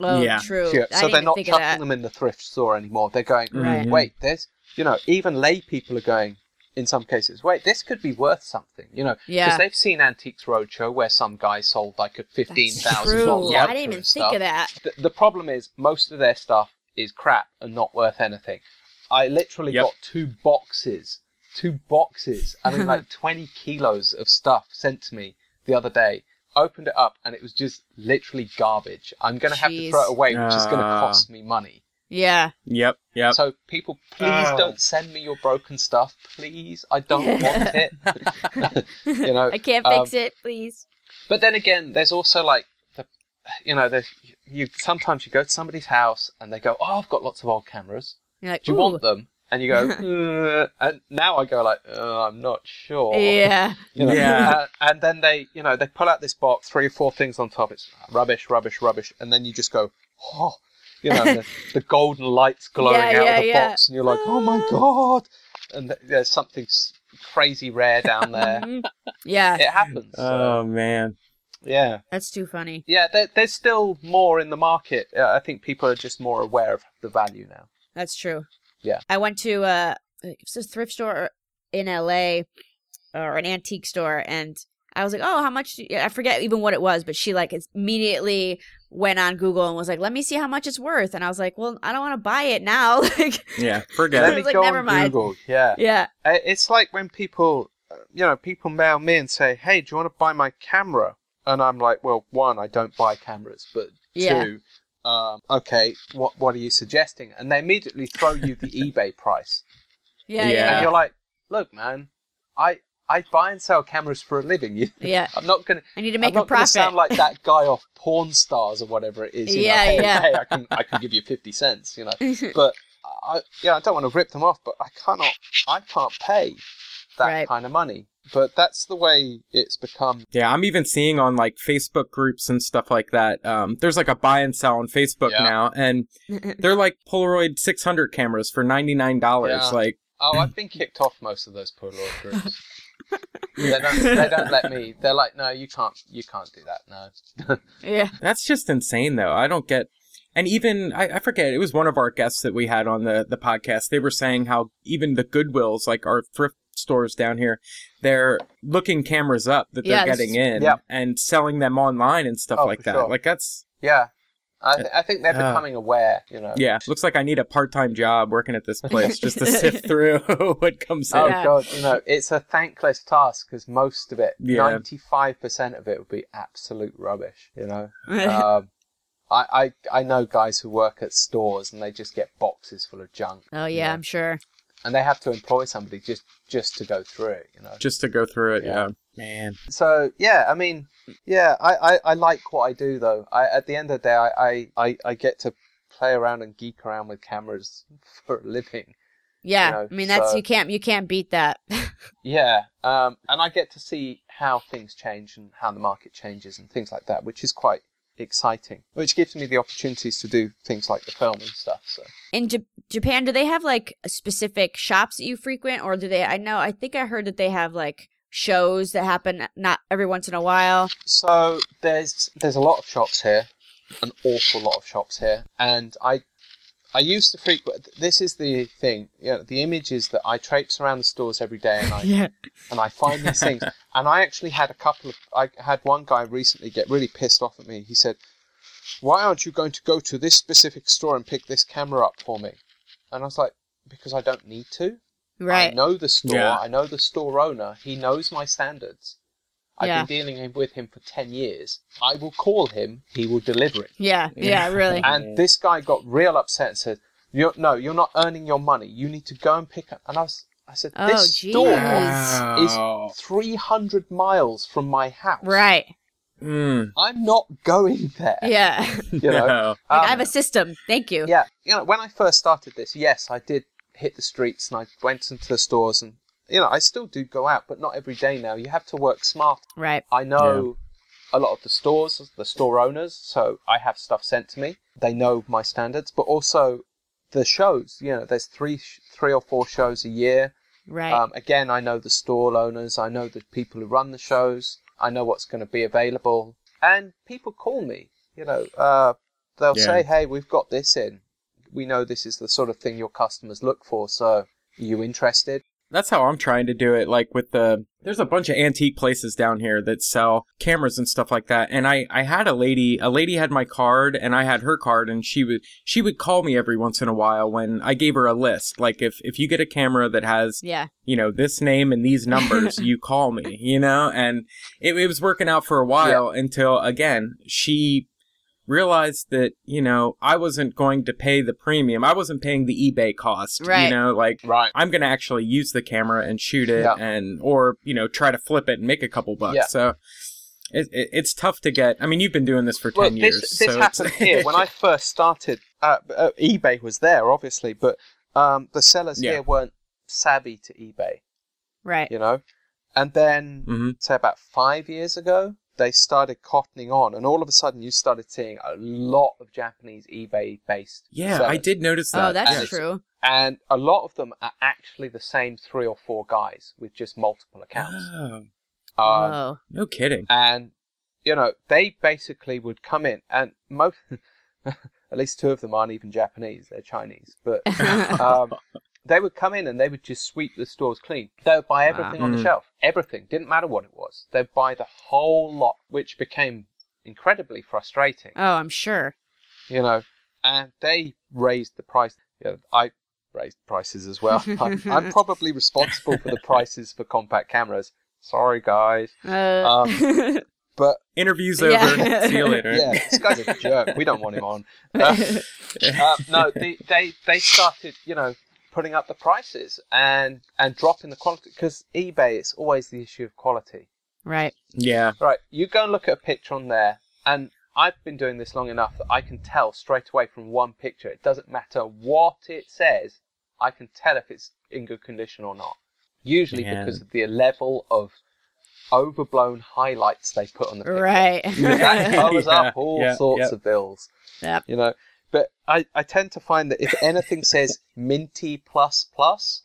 A: oh
B: Yeah.
A: true
C: Yeah,
A: I
C: so
A: didn't
C: they're
A: even
C: not
A: think of
C: chucking
A: that Mm-hmm.
C: them in the thrift store anymore they're going
A: Right.
B: Mhm.
C: wait there's you know even lay people are going in some cases, wait, this could be worth something, you know?
A: Yeah.
C: Because they've seen Antiques Roadshow where some guy sold like a fifteen thousand
A: true.
C: dollar.
A: I didn't even think of that.
C: The, the problem is most of their stuff is crap and not worth anything. I literally
B: Yep.
C: got two boxes, two boxes, I mean like twenty kilos of stuff sent to me the other day. Opened it up and it was just literally garbage. I'm gonna have to
A: Jeez.
C: throw it away, which is gonna
B: Ah.
C: cost me money.
A: Yeah.
B: Yep. Yep.
C: So people, please
D: Oh.
C: don't send me your broken stuff, please. I don't want it. you know,
A: I can't
C: um,
A: fix it, please.
C: But then again, there's also like the, you know, the you sometimes you go to somebody's house and they go, oh, I've got lots of old cameras.
A: You're like,
C: Do you
A: "Ooh."
C: want them? And you go, uh, and now I go like, uh, I'm not sure.
A: Yeah.
C: You know,
B: Yeah.
C: uh, and then they, you know, they pull out this box, three or four things on top. It's rubbish, rubbish, rubbish, and then you just go, oh, you know, the, the golden lights glowing
A: Yeah,
C: out
A: yeah,
C: of the
A: yeah.
C: box, and you're like, oh my god, and th- there's something s- crazy rare down there.
A: Mm-hmm. Yeah.
C: it happens.
B: Oh man.
C: yeah,
A: That's too funny.
C: yeah. There, there's still more in the market. Uh, I think people are just more aware of the value now.
A: That's true.
C: Yeah.
A: I went to uh, it's a thrift store in LA or an antique store, and I was like, "Oh, how much?" do you-" I forget even what it was, but she like immediately went on Google and was like, "Let me see how much it's worth." And I was like, "Well, I don't want to buy it now." like,
B: Yeah.
C: Let
B: Forget
C: me
B: it.
A: Like,
C: go
A: never
C: on
A: mind.
C: Google. Yeah.
A: yeah,
C: Uh, It's like when people, uh, you know, people mail me and say, "Hey, do you want to buy my camera?" And I'm like, "Well, one, I don't buy cameras, but
A: Yeah.
C: two, um, okay, what what are you suggesting?" And they immediately throw you the eBay price,
A: yeah,
C: and
A: yeah,
B: Yeah.
C: you're like, "Look, man, I I buy and sell cameras for a living. You,
A: yeah.
C: I'm not gonna."
A: I need to make
C: I'm not
A: a profit.
C: Gonna sound like that guy off Pawn Stars or whatever it is. You
A: Yeah,
C: know, hey,
A: yeah.
C: Hey, I can, I can give you fifty cents. You know, but I, yeah, I don't want to rip them off, but I cannot, I can't pay that
A: Right.
C: kind of money. But that's the way it's become.
B: Yeah, I'm even seeing on like Facebook groups and stuff like that. Um, there's like a buy and sell on Facebook
C: Yeah.
B: now, and they're like Polaroid 600 cameras for ninety nine dollars.
C: Yeah.
B: Like,
C: Oh, I've been kicked off most of those Polaroid groups. they, don't, they don't let me. They're like, no, you can't, you can't do that. No.
A: yeah,
B: That's just insane, though. I don't get. And even I, I forget it was one of our guests that we had on the the podcast. They were saying how even the Goodwills, like our thrift stores down here, they're looking cameras up that
A: Yeah,
B: they're
A: this-
B: getting in
C: Yep.
B: and selling them online and stuff
C: Oh,
B: like
C: for
B: that.
C: sure.
B: Like that's
C: Yeah. I, th- I think they're
B: Uh.
C: becoming aware. You know.
B: yeah. Looks like I need a part time job working at this place just to sift through what comes
C: Oh
B: in.
A: Yeah.
C: god, you know, it's a thankless task because most of it,
B: Yeah.
C: ninety-five percent of it, would be absolute rubbish. You know, um, I, I I know guys who work at stores and they just get boxes full of junk,
A: oh yeah,
C: Yeah.
A: I'm sure.
C: and they have to employ somebody just just to go through it. You know,
B: Just to go through it,
C: Yeah.
B: yeah. Man,
C: so yeah, I mean, yeah, I, I, I like what I do though. I at the end of the day, I, I, I, I get to play around and geek around with cameras for a living.
A: Yeah,
C: know,
A: I mean that's
C: so-
A: you can't you can't beat that.
C: Yeah, um, and I get to see how things change and how the market changes and things like that, which is quite exciting. Which gives me the opportunities to do things like the film and stuff. So
A: in J- Japan, do they have like specific shops that you frequent, or do they? I know, I think I heard that they have like shows that happen not every once in a while.
C: So there's there's a lot of shops here, an awful lot of shops here, and I I used to frequent. This is the thing, you know, the image is that I traipse around the stores every day and I and I find these things. And I actually had a couple of I had one guy recently get really pissed off at me. He said, "Why aren't you going to go to this specific store and pick this camera up for me?" And I was like, "Because I don't need to." I
A: Right.
C: know the store.
B: Yeah.
C: I know the store owner. He knows my standards. I've
A: Yeah.
C: been dealing him- with him for 10 years. I will call him. He will deliver it.
A: Yeah. Yeah. Really.
C: And this guy got real upset and said, you're, no, you're not earning your money. You need to go and pick up. And I, was, I said,
A: Oh,
C: this store
B: Wow.
C: is 300 miles from my house.
A: Right.
B: Mm,
C: I'm not going there.
A: Yeah.
C: You know?
B: no.
A: like, I
C: Um,
A: have a system. Thank you.
C: Yeah, you know, when I first started this, yes, I did hit the streets and I went into the stores and you know, I still do go out, but not every day now. You have to work smart.
A: Right.
C: I know a lot of the stores, the store owners, so I have stuff sent to me. They know my standards, but also the shows. You know, there's three, sh- three or four shows a year.
A: Right.
C: Um, again, I know the stall owners, I know the people who run the shows, I know what's going to be available, and people call me. You know, uh, they'll
B: Yeah.
C: say, "Hey, we've got this in. We know this is the sort of thing your customers look for. So, are you interested?"
B: That's how I'm trying to do it. Like with the, there's a bunch of antique places down here that sell cameras and stuff like that. And I, I had a lady, a lady had my card and I had her card and she would, she would call me every once in a while when I gave her a list. Like if, if you get a camera that has
A: Yeah.
B: you know, this name and these numbers, you call me, you know? And it, it was working out for a while until, again, she realized that, you know, I wasn't going to pay the premium. I wasn't paying the eBay cost,
A: Right.
B: you know, like
C: Right.
B: I'm going to actually use the camera and shoot it
C: Yeah.
B: and, or, you know, try to flip it and make a couple bucks.
C: Yeah.
B: So it, it, it's tough to get. I mean, you've been doing this for 10
C: Well,
B: years.
C: this,
B: so
C: this
B: it's-
C: happened here when I first started. Uh, uh, eBay was there, obviously, but um, the sellers
B: Yeah.
C: here weren't savvy to eBay,
A: Right.
C: you know. And then,
B: Mhm.
C: say about five years ago, they started cottoning on, and all of a sudden, you started seeing a lot of Japanese eBay-based.
B: yeah,
C: sellers.
B: I did notice that.
A: Oh, that's
B: yes.
A: true.
C: And a lot of them are actually the same three or four guys with just multiple accounts.
B: Oh,
C: Um,
A: Whoa.
B: no kidding.
C: and you know they basically would come in and most at least two of them aren't even japanese they're chinese but um, they would come in and they would just sweep the stores clean they would buy everything
B: Wow.
C: on the
B: Mm.
C: shelf everything didn't matter what it was they'd buy the whole lot which became incredibly frustrating
A: Oh, I'm sure.
C: you know and they raised the price you know, i raised prices as well I'm, I'm probably responsible for the prices for compact cameras sorry guys
A: Uh,
C: but
B: Interview's over.
A: Yeah.
B: See you later.
C: Yeah, this guy's a jerk. We don't want him on. Uh, uh, no, they, they they started, you know, putting up the prices and and dropping the quality because eBay it's always the issue of quality.
A: right.
B: Yeah.
C: Right, you go and look at a picture on there, and I've been doing this long enough that I can tell straight away from one picture. It doesn't matter what it says, I can tell if it's in good condition or not. Usually
B: Man.
C: because of the level of overblown highlights they put on the picture. That
A: Right.
C: covers
B: Yeah,
C: up all
B: yeah,
C: sorts
B: yeah.
C: of bills,
A: yep.
C: you know. But I, I tend to find that if anything says minty plus plus,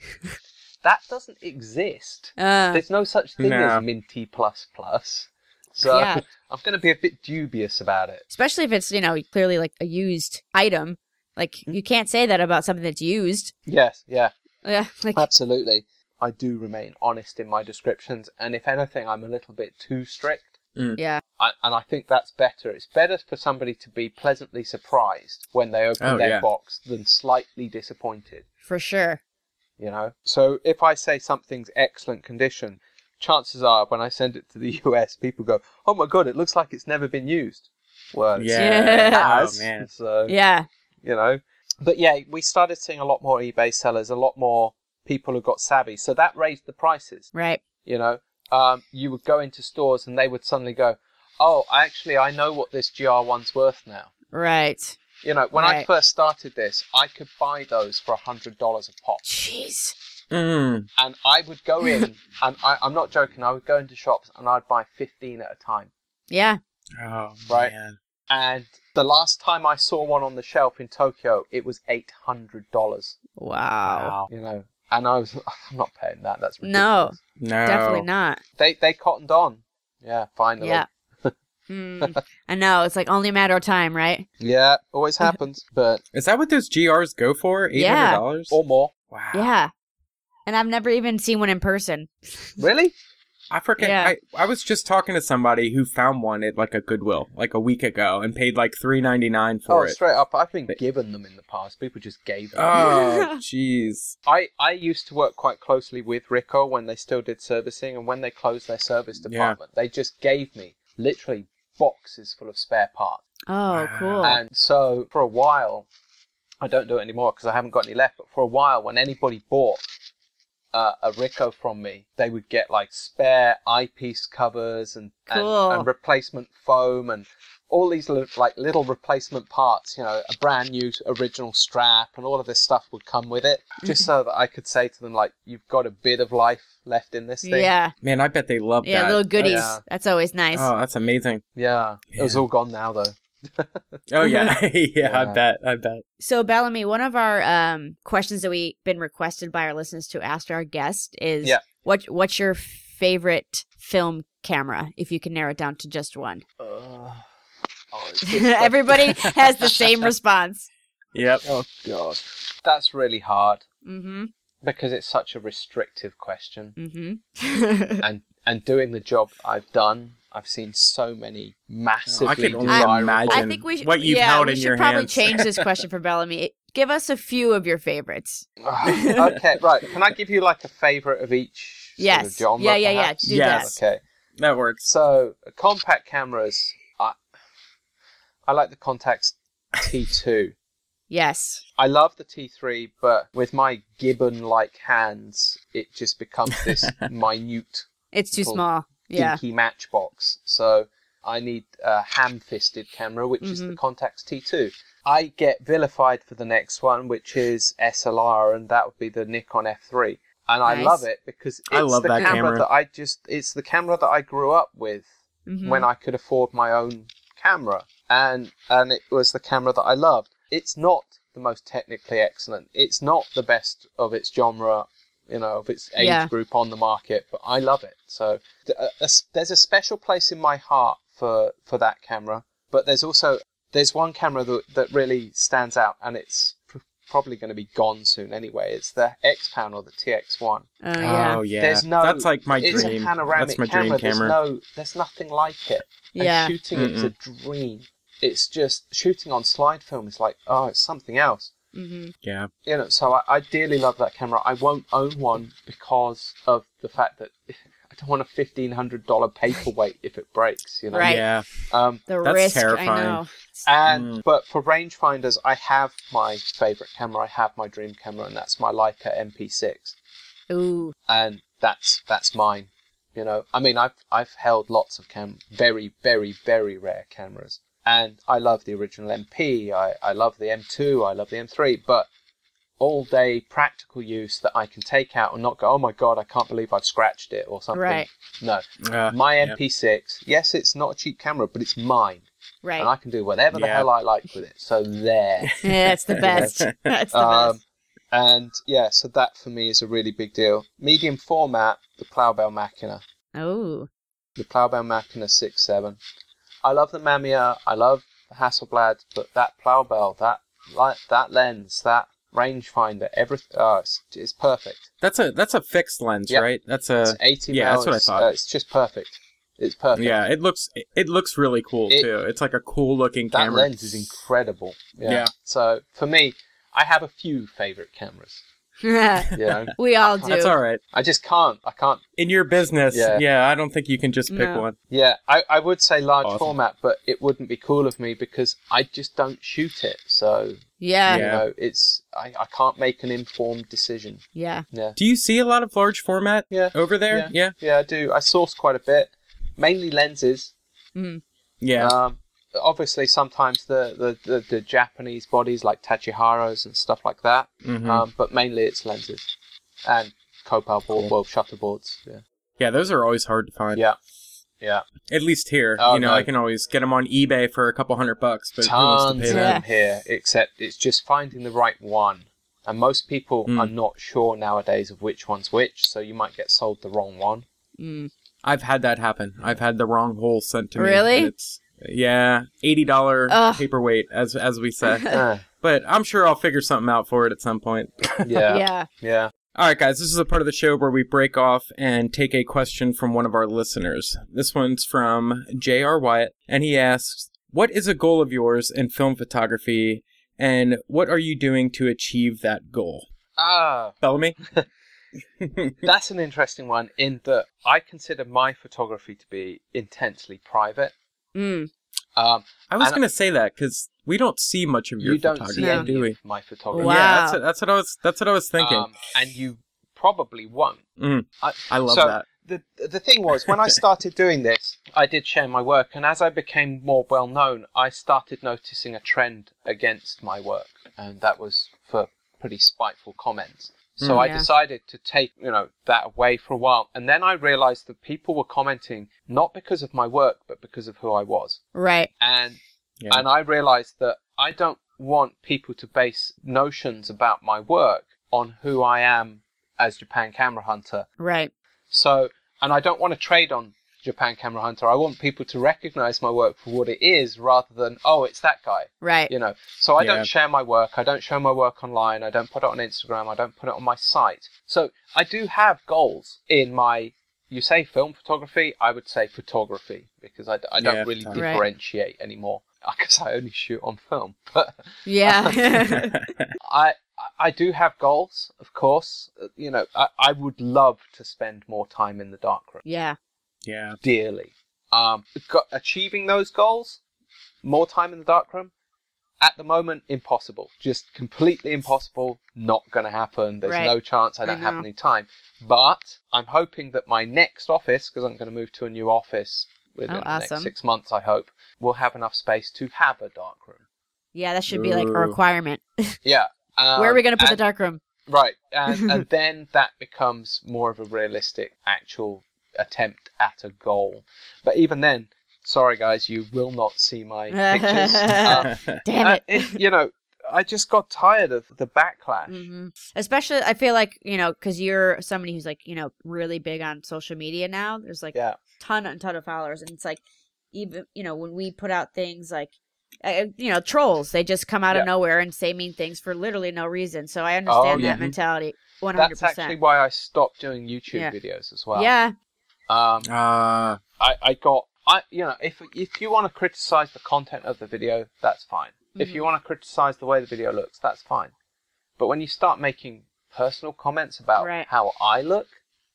C: that doesn't exist.
A: Uh,
C: There's no such thing
B: No.
C: as minty plus plus. So
A: Yeah.
C: I'm going to be a bit dubious about it.
A: especially if it's, you know, clearly like a used item. Like, you can't say that about something that's used.
C: Yes, yeah,
A: Yeah. Like,
C: absolutely. I do remain honest in my descriptions, and if anything, I'm a little bit too strict.
A: yeah.
C: I, and I think that's better. It's better for somebody to be pleasantly surprised when they open
B: Oh,
C: their
B: yeah.
C: box than slightly disappointed.
A: For sure.
C: you know so if i say something's excellent condition chances are when i send it to the us people go oh my god it looks like it's never been used well it's-
B: Yeah.
C: it
B: Oh,
C: has,
B: man.
C: so
A: Yeah.
C: you know but yeah we started seeing a lot more ebay sellers a lot more people who got savvy so that raised the prices
A: Right.
C: you know um, you would go into stores and they would suddenly go oh actually i know what this gr1's worth now
A: Right.
C: you know when i
A: Right.
C: first started this i could buy those for $100 a pop
A: Jeez.
B: Mm.
C: and I would go in, and I, I'm not joking. I would go into shops and I'd buy 15 at a time.
A: Yeah.
B: Oh,
C: Right.
B: man.
C: And the last time I saw one on the shelf in Tokyo, it was $800.
A: Wow.
C: You know, and I was, I'm not paying that. That's ridiculous.
A: No.
B: No.
A: Definitely not.
C: They they cottoned on. Yeah, finally.
A: Yeah. Hmm. I know. It's like only a matter of time, right?
C: Yeah, always happens, but
B: Is that what those GRs go for? $800?
A: Yeah.
C: or more.
B: Wow.
A: Yeah. And I've never even seen one in person.
C: Really?
B: I freaking,
A: Yeah.
B: I, I was just talking to somebody who found one at like a Goodwill like a week ago and paid like three ninety nine
C: Oh,
B: for it.
C: straight up. I've been given them in the past. People just gave them.
B: Oh, jeez.
C: I, I used to work quite closely with Rico when they still did servicing, and when they closed their service
B: Yeah.
C: department, they just gave me literally boxes full of spare parts.
A: Oh, cool.
B: Wow.
C: And so for a while, I don't do it anymore because I haven't got any left. But for a while, when anybody bought uh, a Rico from me, they would get like spare eyepiece covers and
A: Cool.
C: and, and replacement foam and all these li- like little replacement parts. You know, a brand new original strap and all of this stuff would come with it, just so that I could say to them like, "You've got a bit of life left in this thing."
A: yeah.
B: Man, I bet they love
A: Yeah.
B: that.
A: Little goodies.
C: Yeah.
A: That's always nice.
B: Oh, that's amazing.
C: yeah. It was
B: Yeah.
C: all gone now though.
B: Oh yeah. yeah, I
C: Yeah.
B: bet. I bet.
A: So Bellamy, one of our um, questions that we've been requested by our listeners to ask our guest is,
C: Yeah.
A: what what's your favorite film camera? If you can narrow it down to just one,
C: Ugh. Oh, it's just such-
A: everybody has the same response.
B: Yep.
C: Oh god, that's really hard.
A: Mm-hmm.
C: because it's such a restrictive question.
A: Mm-hmm.
C: and and doing the job I've done, I've seen so many massively
B: I can only
C: viral-
B: imagine
A: I think we should.
B: what you've
A: yeah,
B: held
A: we
B: in
A: should
B: your
A: probably
B: hands.
A: change this question for Bellamy. Give us a few of your favorites.
C: Oh, okay, right. Can I give you like a favorite of each sort
A: Yes.
C: of genre?
A: Yeah, yeah, yeah,
C: perhaps?
A: do
B: Yes.
C: Okay.
B: That works.
C: So compact cameras, I I like the Contax T2.
A: Yes.
C: I love the T3, but with my gibbon-like hands, it just becomes this minute,
A: It's too
C: Cool.
A: small. Yeah.
C: dinky matchbox. So I need a ham-fisted camera, which is
A: Mm-hmm.
C: the Contax T2. I get vilified for the next one, which is SLR, and that would be the Nikon F3. And I
A: Nice.
C: love it because it's
B: I love
C: the
B: that
C: camera
B: camera.
C: that I just—it's the camera that I grew up with
A: Mhm.
C: when I could afford my own camera, and and it was the camera that I loved. It's not the most technically excellent. It's not the best of its genre, you know, of its age
A: Yeah.
C: group on the market, but I love it. So th- a- a s- there's a special place in my heart for for that camera, but there's also there's one camera that that really stands out, and it's pr- probably going to be gone soon anyway. It's the X panel, the TX1.
A: oh yeah.
B: Oh yeah.
C: There's no.
B: That's like my
C: it's
B: dream.
C: a panoramic
B: That's my
C: camera.
B: dream camera.
C: There's no. There's nothing like it. And
A: Yeah.
C: shooting it's a dream. It's just shooting on slide film is like oh, it's something else.
A: Mhm.
B: Yeah.
C: You know, so I, I dearly love that camera. I won't own one because of the fact that I don't want a fifteen hundred dollar paperweight if it breaks. You know.
A: Right.
B: Yeah.
C: Um,
A: The
B: That's
A: risk. I
B: terrifying.
A: know.
C: and but for rangefinders, I have my favorite camera. I have my dream camera, and that's my Leica MP6.
A: Ooh.
C: and that's that's mine. You know, I mean, I've I've held lots of cam, very very very rare cameras, and I love the original MP. I I love the M2. I love the M3, but all day practical use that I can take out and not go, oh my god, I can't believe I've scratched it or something.
A: Right.
C: No,
B: Uh,
C: my
B: yeah.
C: MP6. Yes, it's not a cheap camera, but it's mine,
A: Right.
C: and I can do whatever the
B: Yeah.
C: hell I like with it. So there.
A: yeah, that's the best. That's the
C: Um,
A: best.
C: and yeah, so that for me is a really big deal. Medium format, the Plowbell Machina,
A: Oh.
C: the Plowbell Machina six seven. I love the Mamiya, I love the Hasselblad, but that Plowbell, that light, that lens, that rangefinder, everything, oh, it's, it's perfect.
B: That's a that's a fixed lens,
C: Yep.
B: right? That's a
C: It's eighty
B: Uh, yeah,
C: mil,
B: that's what I
C: it's,
B: thought.
C: uh, it's just perfect. It's perfect.
B: yeah. It looks it- it looks really cool
C: It-
B: too. It's like a cool looking
C: that
B: camera.
C: lens is incredible. Yeah.
B: Yeah.
C: So for me, I have a few favorite cameras. You know,
A: we all do.
B: That's all right.
C: I just can't. I can't
B: In your business,
C: Yeah.
B: yeah. I don't think you can just pick
A: No.
B: one.
C: Yeah, I, I would say large
B: Awesome.
C: format, but it wouldn't be cool of me because I just don't shoot it. So
A: Yeah.
C: you
A: Yeah.
B: Yeah.
C: know, it's I, I can't make an informed decision. Yeah.
B: Do you see a lot of large format
C: Yeah.
B: over there? Yeah.
C: Yeah, I do. I source quite a bit. Mainly lenses.
B: Yeah.
C: Um obviously sometimes the, the, the, the Japanese bodies like Tachiharos and stuff like that.
B: Mhm.
C: Um, but mainly it's lenses. And Copal board well shutterboards. Yeah.
B: yeah. Those are always hard to find.
C: Yeah. Yeah.
B: At least here,
C: Oh,
B: you know,
C: no.
B: I can always get them on eBay for a couple hundred bucks, but who wants to
C: tons
B: pay
C: of
B: that?
C: them here, except it's just finding the right one. And most people
B: Mm.
C: are not sure nowadays of which one's which, so you might get sold the wrong one.
A: Mm.
B: I've had that happen. I've had the wrong hole sent to me.
A: Really?
B: and It's, yeah, eighty dollar
A: Ugh.
B: paperweight, as as we say.
C: yeah,
B: but I'm sure I'll figure something out for it at some point.
C: yeah,
A: yeah.
C: yeah.
B: All right, guys, this is a part of the show where we break off and take a question from one of our listeners. This one's from J.R. Wyatt, and he asks, What is a goal of yours in film photography, and what are you doing to achieve that goal?
C: Ah,
B: Bellamy?
C: that's an interesting one in that I consider my photography to be intensely private.
A: Mm.
C: Um,
B: I was
C: And-
B: going to say that because we don't see much of your
C: you don't
B: photography,
C: see any
B: do we?
C: of my photography.
A: Wow.
B: Yeah, that's, that's what I was. That's what I was thinking.
C: Um, and you probably won't.
B: Mm.
C: I-
B: I love
C: so-
B: that.
C: the the thing was when I started doing this, I did share my work, and as I became more well known, I started noticing a trend against my work, and that was for pretty spiteful comments. So
B: Mm.
C: I
A: Yeah.
C: decided to take you know that away for a while, and then I realised that people were commenting not because of my work, but because of who I was,
A: Right.
C: and
B: Yeah.
C: and I realized that I don't want people to base notions about my work on who I am as Japan Camera Hunter.
A: Right.
C: So, and I don't want to trade on Japan Camera Hunter. I want people to recognize my work for what it is rather than, oh, it's that guy.
A: Right.
C: You know, so I
B: Yeah.
C: don't share my work. I don't show my work online. I don't put it on Instagram. I don't put it on my site. So I do have goals in my, you say film photography, I would say photography because I, d- I don't
B: Yeah,
C: really
B: photography.
A: Right.
C: differentiate anymore because I only shoot on film. But
A: Yeah.
C: I I do have goals, of course. Uh, You know, I, I would love to spend more time in the darkroom
A: yeah.
B: yeah.
C: dearly. Um, go- achieving those goals, more time in the darkroom, at the moment impossible. Just completely impossible. Not going to happen. There's
A: Right.
C: no chance. I
A: I
C: don't have
A: know.
C: any time. But I'm hoping that my next office, because I'm going to move to a new office within
A: Oh,
C: the
A: awesome.
C: next six months, I hope, will have enough space to have a darkroom.
A: Yeah. That should be like a
B: Ooh.
A: requirement.
C: Yeah. Um,
A: Where are we going to put
C: and-
A: the dark room?
C: Right, and, and then that becomes more of a realistic, actual attempt at a goal. But even then, sorry guys, you will not see my pictures. Uh,
A: Damn
C: uh,
A: it.
C: it- you know, I just got tired of the backlash.
A: hmm Especially, I feel like you know, because you're somebody who's like you know really big on social media now. There's like
C: Yeah,
A: ton and ton of followers, and it's like even you know when we put out things like uh, you know trolls, they just come out
C: Yeah. Oh,
A: of nowhere and say mean things for literally no reason. So I understand
C: yeah.
A: that mentality one hundred
C: that's actually
A: percent.
C: why I stopped doing YouTube
A: Yeah.
C: videos as well.
A: Yeah,
C: Um,
B: Uh,
C: I, I got I you know if if you want to criticize the content of the video, that's fine. If
A: Mm-hmm.
C: you want to criticize the way the video looks, that's fine. But when you start making personal comments about
A: Right.
C: how I look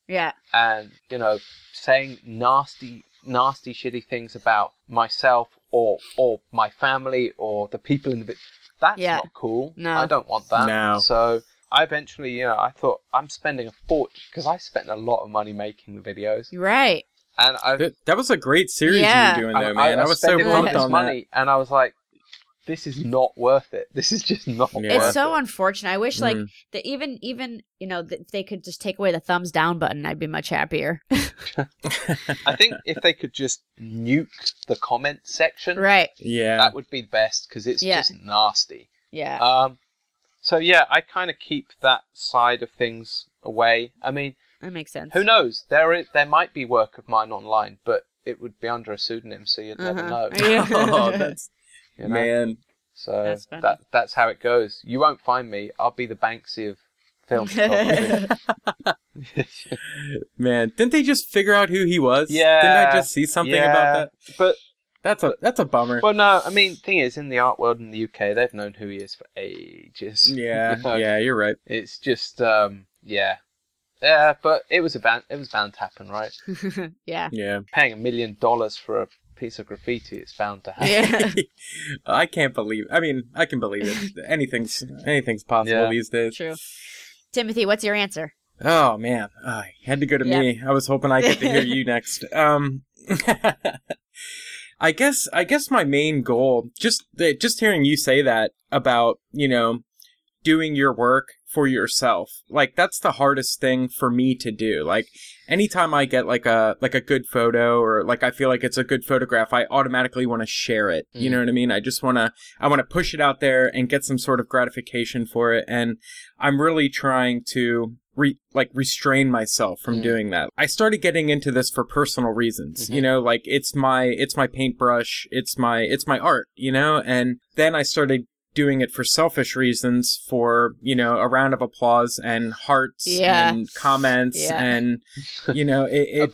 A: yeah,
C: and you know saying nasty nasty shitty things about myself or or my family or the people in the vi- that's
A: Yeah.
C: not cool.
A: No.
C: I don't want that.
B: No.
C: So I eventually, you know, I thought I'm spending a fortune because I spent a lot of money making the videos,
A: you're right.
C: and I
B: th- that was a great series
A: Yeah.
B: you were doing, though, man. I, was so
C: spending all
B: pumped
C: this
B: on that.
C: money, and I was like, "This is not worth it. This is just not."
B: Yeah.
C: worth
A: It's so
C: it.
A: unfortunate. I wish like
B: Mhm.
A: that even even you know that if they could just take away the thumbs down button, I'd be much happier.
C: I think if they could just nuke the comment section,
A: right?
B: Yeah.
C: that would be best because it's
A: Yeah.
C: just nasty.
A: Yeah.
B: Uh,
C: Um, so yeah, I kind of keep that side of things away. I mean,
A: that makes sense.
C: who knows? There is, there might be work of mine online, but it would be under a pseudonym, so you'd never
A: Uh-huh.
C: know.
A: Yeah.
B: oh, that's,
C: you know?
B: man.
C: So
A: That's funny.
C: that that's how it goes. You won't find me. I'll be the Banksy of film photography.
B: Man, didn't they just figure out who he was? Didn't
C: Yeah.
B: I just see something
C: Yeah.
B: about that?
C: But
B: That's a that's a bummer.
C: well, no, I mean, thing is, in the art world in the UK, they've known who he is for ages.
B: yeah,
C: You know,
B: yeah, you're right.
C: It's just, um, yeah, yeah. But it was about it was bound to happen, right?
A: yeah.
B: Yeah,
C: Paying a million dollars for a piece of graffiti, it's bound to happen.
A: Yeah.
B: I can't believe. I mean, I can believe it. Anything's anything's possible
C: Yeah.
B: these days.
A: True. Timothy, what's your answer?
B: Oh man, Ah, you had to go to
A: Yep.
B: me. I was hoping I could hear you next. Um, I guess I guess my main goal just the- just hearing you say that about you know doing your work for yourself like that's the hardest thing for me to do like anytime i get like a like a good photo or like i feel like it's a good photograph i automatically want to share it you
C: Mm.
B: know what i mean i just want to i want to push it out there and get some sort of gratification for it and i'm really trying to re- like restrain myself from
C: Mm.
B: doing that i started getting into this for personal reasons you know like it's my it's my paintbrush it's my it's my art you know and then i started doing it for selfish reasons for you know a round of applause and hearts
A: Yeah.
B: and comments
A: Yeah.
B: and you know it,
C: A
B: it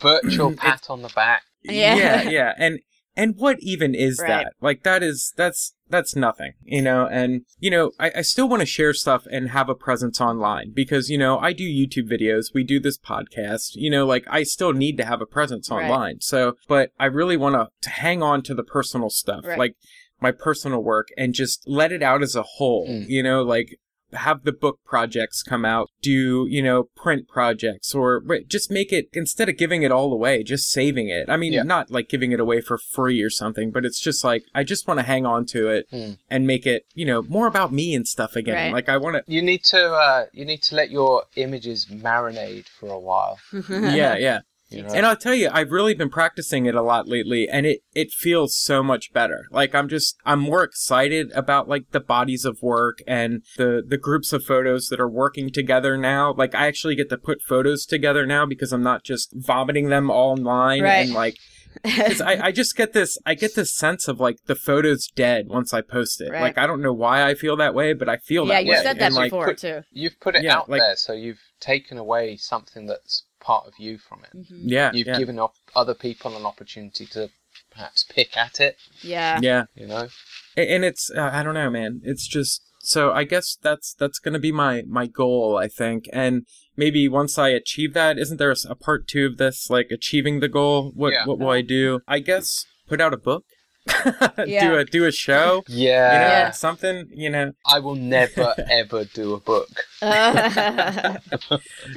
C: virtual
B: it-
C: pat on the back.
A: Yeah.
B: yeah. yeah and and what even is
A: Right.
B: that like that is that's that's nothing you know and you know i, I still want to share stuff and have a presence online because you know i do youtube videos we do this podcast you know like i still need to have a presence
A: Right.
B: online so but i really want to hang on to the personal stuff
A: Right.
B: like my personal work and just let it out as a whole
C: Mm.
B: you know like have the book projects come out, do, you know, print projects or ri- just make it instead of giving it all away, just saving it. I mean,
C: Yeah.
B: not like giving it away for free or something, but it's just like I just want to hang on to it
C: Hmm.
B: and make it, you know, more about me and stuff again.
A: Right.
B: Like I want to
C: You need to uh, you need to let your images marinate for a while.
B: yeah, yeah.
C: You know?
B: Hmm. And I'll tell you, I've really been practicing it a lot lately, and it it feels so much better. Like I'm just I'm more excited about like the bodies of work and the the groups of photos that are working together now. Like I actually get to put photos together now because I'm not just vomiting them all online
A: Right.
B: and like. 'cause I, I just get this I get this sense of like the photo's dead once I post it.
A: Right.
B: Like I don't know why I feel that way, but I feel
A: yeah,
B: that
A: you
B: way.
A: said that
B: And, like,
A: before
C: put-
A: too.
C: You've put it
B: Yeah,
C: out
B: like-
C: there, so you've taken away something that's part of you from it.
A: Mhm.
B: yeah,
C: You've
B: yeah,
C: given op- other people an opportunity to perhaps pick at it.
A: Yeah.
B: yeah.
C: You know,
B: A- and it's uh, i don't know man it's just so i guess that's that's gonna be my my goal i think and maybe once i achieve that isn't there a s- a part two of this like achieving the goal what
C: Yeah.
B: what will i do i guess put out a book do
A: Yeah.
B: a do a show you know
C: yeah.
A: Yeah.
B: something you know
C: I will never ever do a book.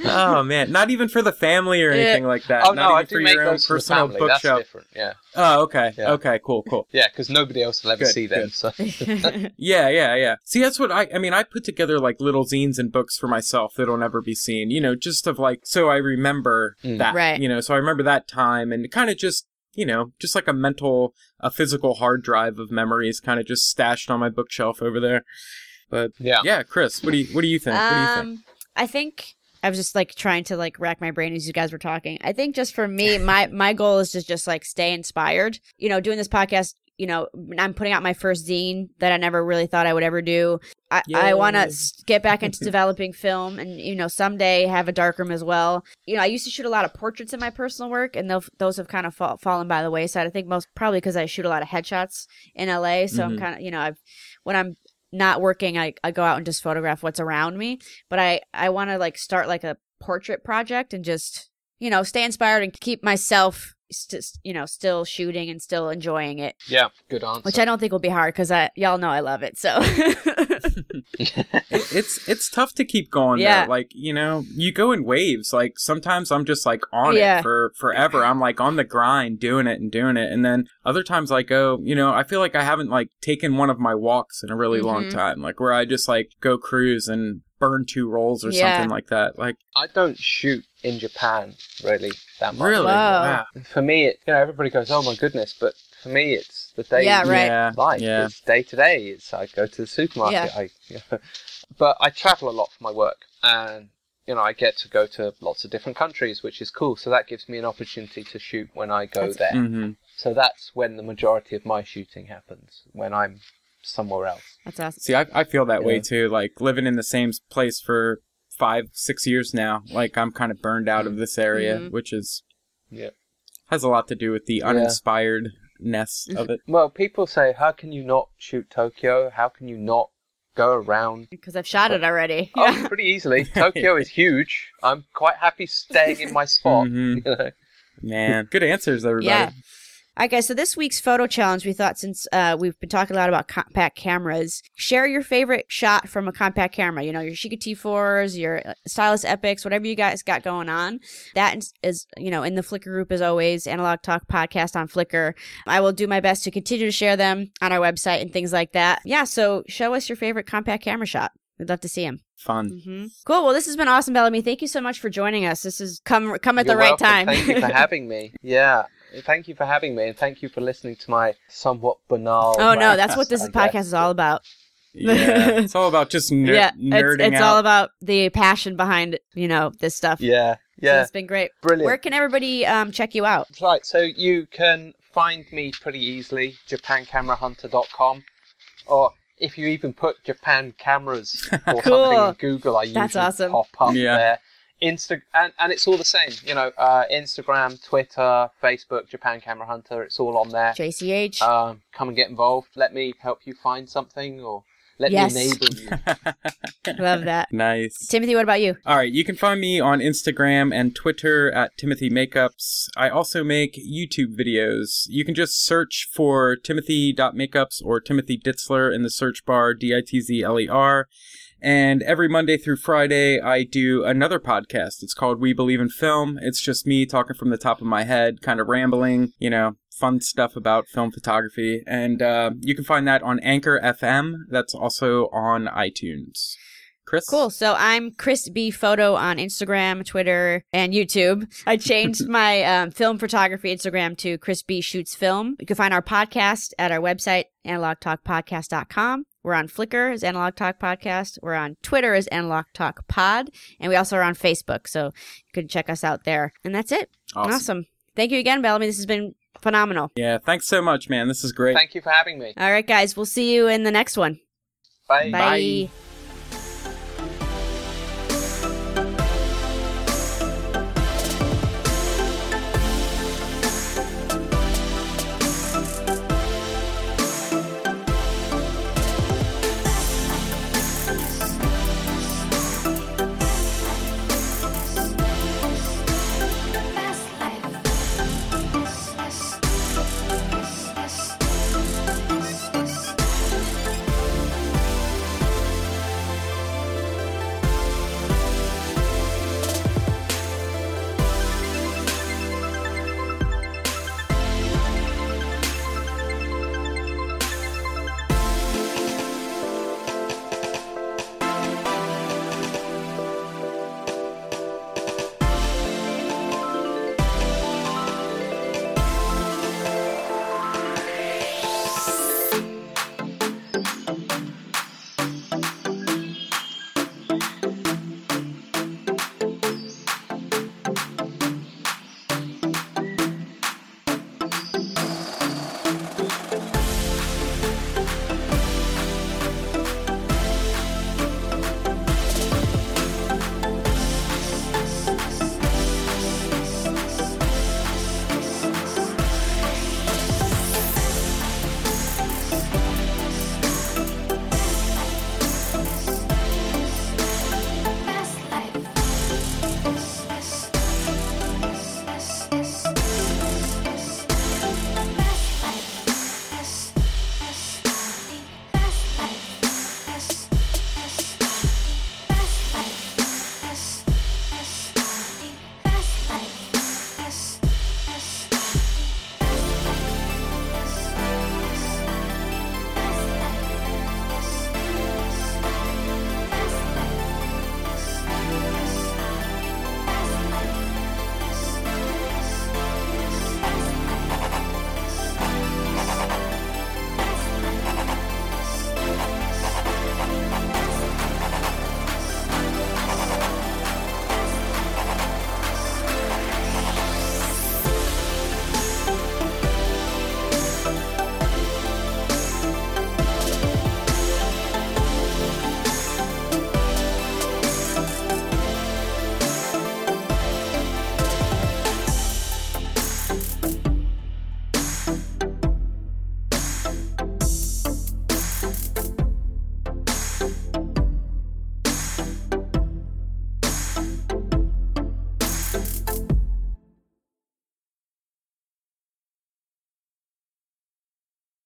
B: oh man not even for the family or
A: Yeah.
B: anything like that
C: oh
B: not
C: no,
B: even
C: I do
B: for
C: make
B: your own
C: those for the
B: personal
C: family. That's
B: bookshelf
C: different. Yeah,
B: oh okay
C: Yeah.
B: okay cool cool
C: yeah, because nobody else will ever
B: Good,
C: see them.
B: good.
C: So
B: Yeah, yeah, yeah. See, that's what I I mean, I put together like little zines and books for myself that'll never be seen, you know, just of like so I remember
C: Mm.
B: that.
A: Right.
B: You know, so I remember that time and kind of just you know, just like a mental, a physical hard drive of memories, kind of just stashed on my bookshelf over there. But
C: yeah,
B: yeah, Chris, what do you what do you think? What do you think?
A: Um, I think I was just like trying to like rack my brain as you guys were talking. I think just for me, my my goal is to just like stay inspired. You know, doing this podcast. You know, I'm putting out my first zine that I never really thought I would ever do. I, I
B: Yay.
A: want to get back into developing film, and you know, someday have a darkroom as well. You know, I used to shoot a lot of portraits in my personal work, and tho- those have kind of fall- fallen by the wayside. I think most probably because I shoot a lot of headshots in LA, so I'm
B: Mhm.
A: kind of you know, I've when I'm not working, I, I go out and just photograph what's around me but I I want to like start like a portrait project and just you know stay inspired and keep myself st- you know still shooting and still enjoying it,
C: yeah, good answer.
A: which I don't think will be hard because I y'all know I love it. So
B: It- it's it's tough to keep going
A: Yeah.
B: there. Like, you know, you go in waves. Like sometimes I'm just like on
A: Yeah.
B: it for forever. I'm like on the grind doing it and doing it. And then other times I go, you know, I feel like I haven't like taken one of my walks in a really long
A: Mhm.
B: time. Like where I just like go cruise and burn two rolls or
A: Yeah.
B: something like that. Like
C: I don't shoot in Japan really that much.
B: really
A: Wow.
B: wow.
C: For me, it, you know, everybody goes, "Oh my goodness," but for me, it's the day.
A: Yeah, right.
B: Yeah.
C: life.
B: Yeah.
C: It's day to day. It's I go to the supermarket. I, but I travel a lot for my work, and you know I get to go to lots of different countries, which is cool. So that gives me an opportunity to shoot when I go
A: That's-
C: there.
B: hmm
C: So that's when the majority of my shooting happens when I'm somewhere else.
A: that's awesome.
B: See, I, I feel that way
C: Yeah.
B: too. Like living in the same place for five, six years now. Like I'm kind of burned out of this area,
A: Mhm.
B: which is
C: Yeah.
B: has a lot to do with the uninspired ness of it.
C: Well, people say, "How can you not shoot Tokyo? How can you not go around?"
A: Because I've shot it already.
C: Oh, pretty easily. Tokyo is huge. I'm quite happy staying in my spot.
B: Mhm.
C: You know?
B: Man, good answers, everybody.
A: Yeah. Okay, so this week's photo challenge, we thought since uh, we've been talking a lot about compact cameras, share your favorite shot from a compact camera. You know, your Sheikah T4s, your uh, Stylus Epics, whatever you guys got going on. That is- is, you know, in the Flickr group as always, Analog Talk Podcast on Flickr. I will do my best to continue to share them on our website and things like that. Yeah, so show us your favorite compact camera shot. We'd love to see them.
B: Fun.
C: Mm-hmm.
A: hmm Cool. Well, this has been awesome, Bellamy. Thank you so much for joining us. This is come come at
C: You're
A: the right
C: welcome.
A: time.
C: Thank you for having me. Yeah. Thank you for having me, and thank you for listening to my somewhat banal.
A: oh no,
C: rant,
A: that's what this
C: I
A: podcast
C: guess.
A: is all about.
B: Yeah. it's all about just ner-
A: yeah, it's,
B: nerding
A: it's
B: out.
A: all about the passion behind you know this stuff.
C: Yeah,
A: So
C: yeah,
A: it's been great.
C: brilliant.
A: Where can everybody um, check you out?
C: Right, so you can find me pretty easily, japancamera.hunter.com, or if you even put Japan cameras or something
A: Cool.
C: in Google, I usually
A: That's awesome.
C: pop up
B: Yeah.
C: there. Insta and, and it's all the same, you know, uh, Instagram, Twitter, Facebook, Japan Camera Hunter, it's all on there.
A: JCH.
C: Um, come and get involved. Let me help you find something, or let
A: Yes.
C: me enable you.
A: Love that.
B: nice.
A: Timothy, what about you?
B: All right, you can find me on Instagram and Twitter at Timothy Makeups. I also make YouTube videos. You can just search for timothy.makeups or Timothy Ditzler in the search bar, D I T Z L E R. And every Monday through Friday, I do another podcast. It's called We Believe in Film. It's just me talking from the top of my head, kind of rambling, you know, fun stuff about film photography. And uh, you can find that on Anchor FM. That's also on iTunes. Chris?
A: Cool. So I'm Chris B Photo on Instagram, Twitter, and YouTube. I changed my um, film photography Instagram to Chris B Shoots Film. You can find our podcast at our website, analogtalkpodcast.com. We're on Flickr as Analog Talk Podcast. We're on Twitter as Analog Talk Pod. And we also are on Facebook. So you can check us out there. And that's it. Awesome. Thank you again, Bellamy. This has been phenomenal.
B: Yeah, thanks so much, man. This is great.
C: Thank you for having me.
A: All right, guys. We'll see you in the next one.
C: Bye.
A: Bye.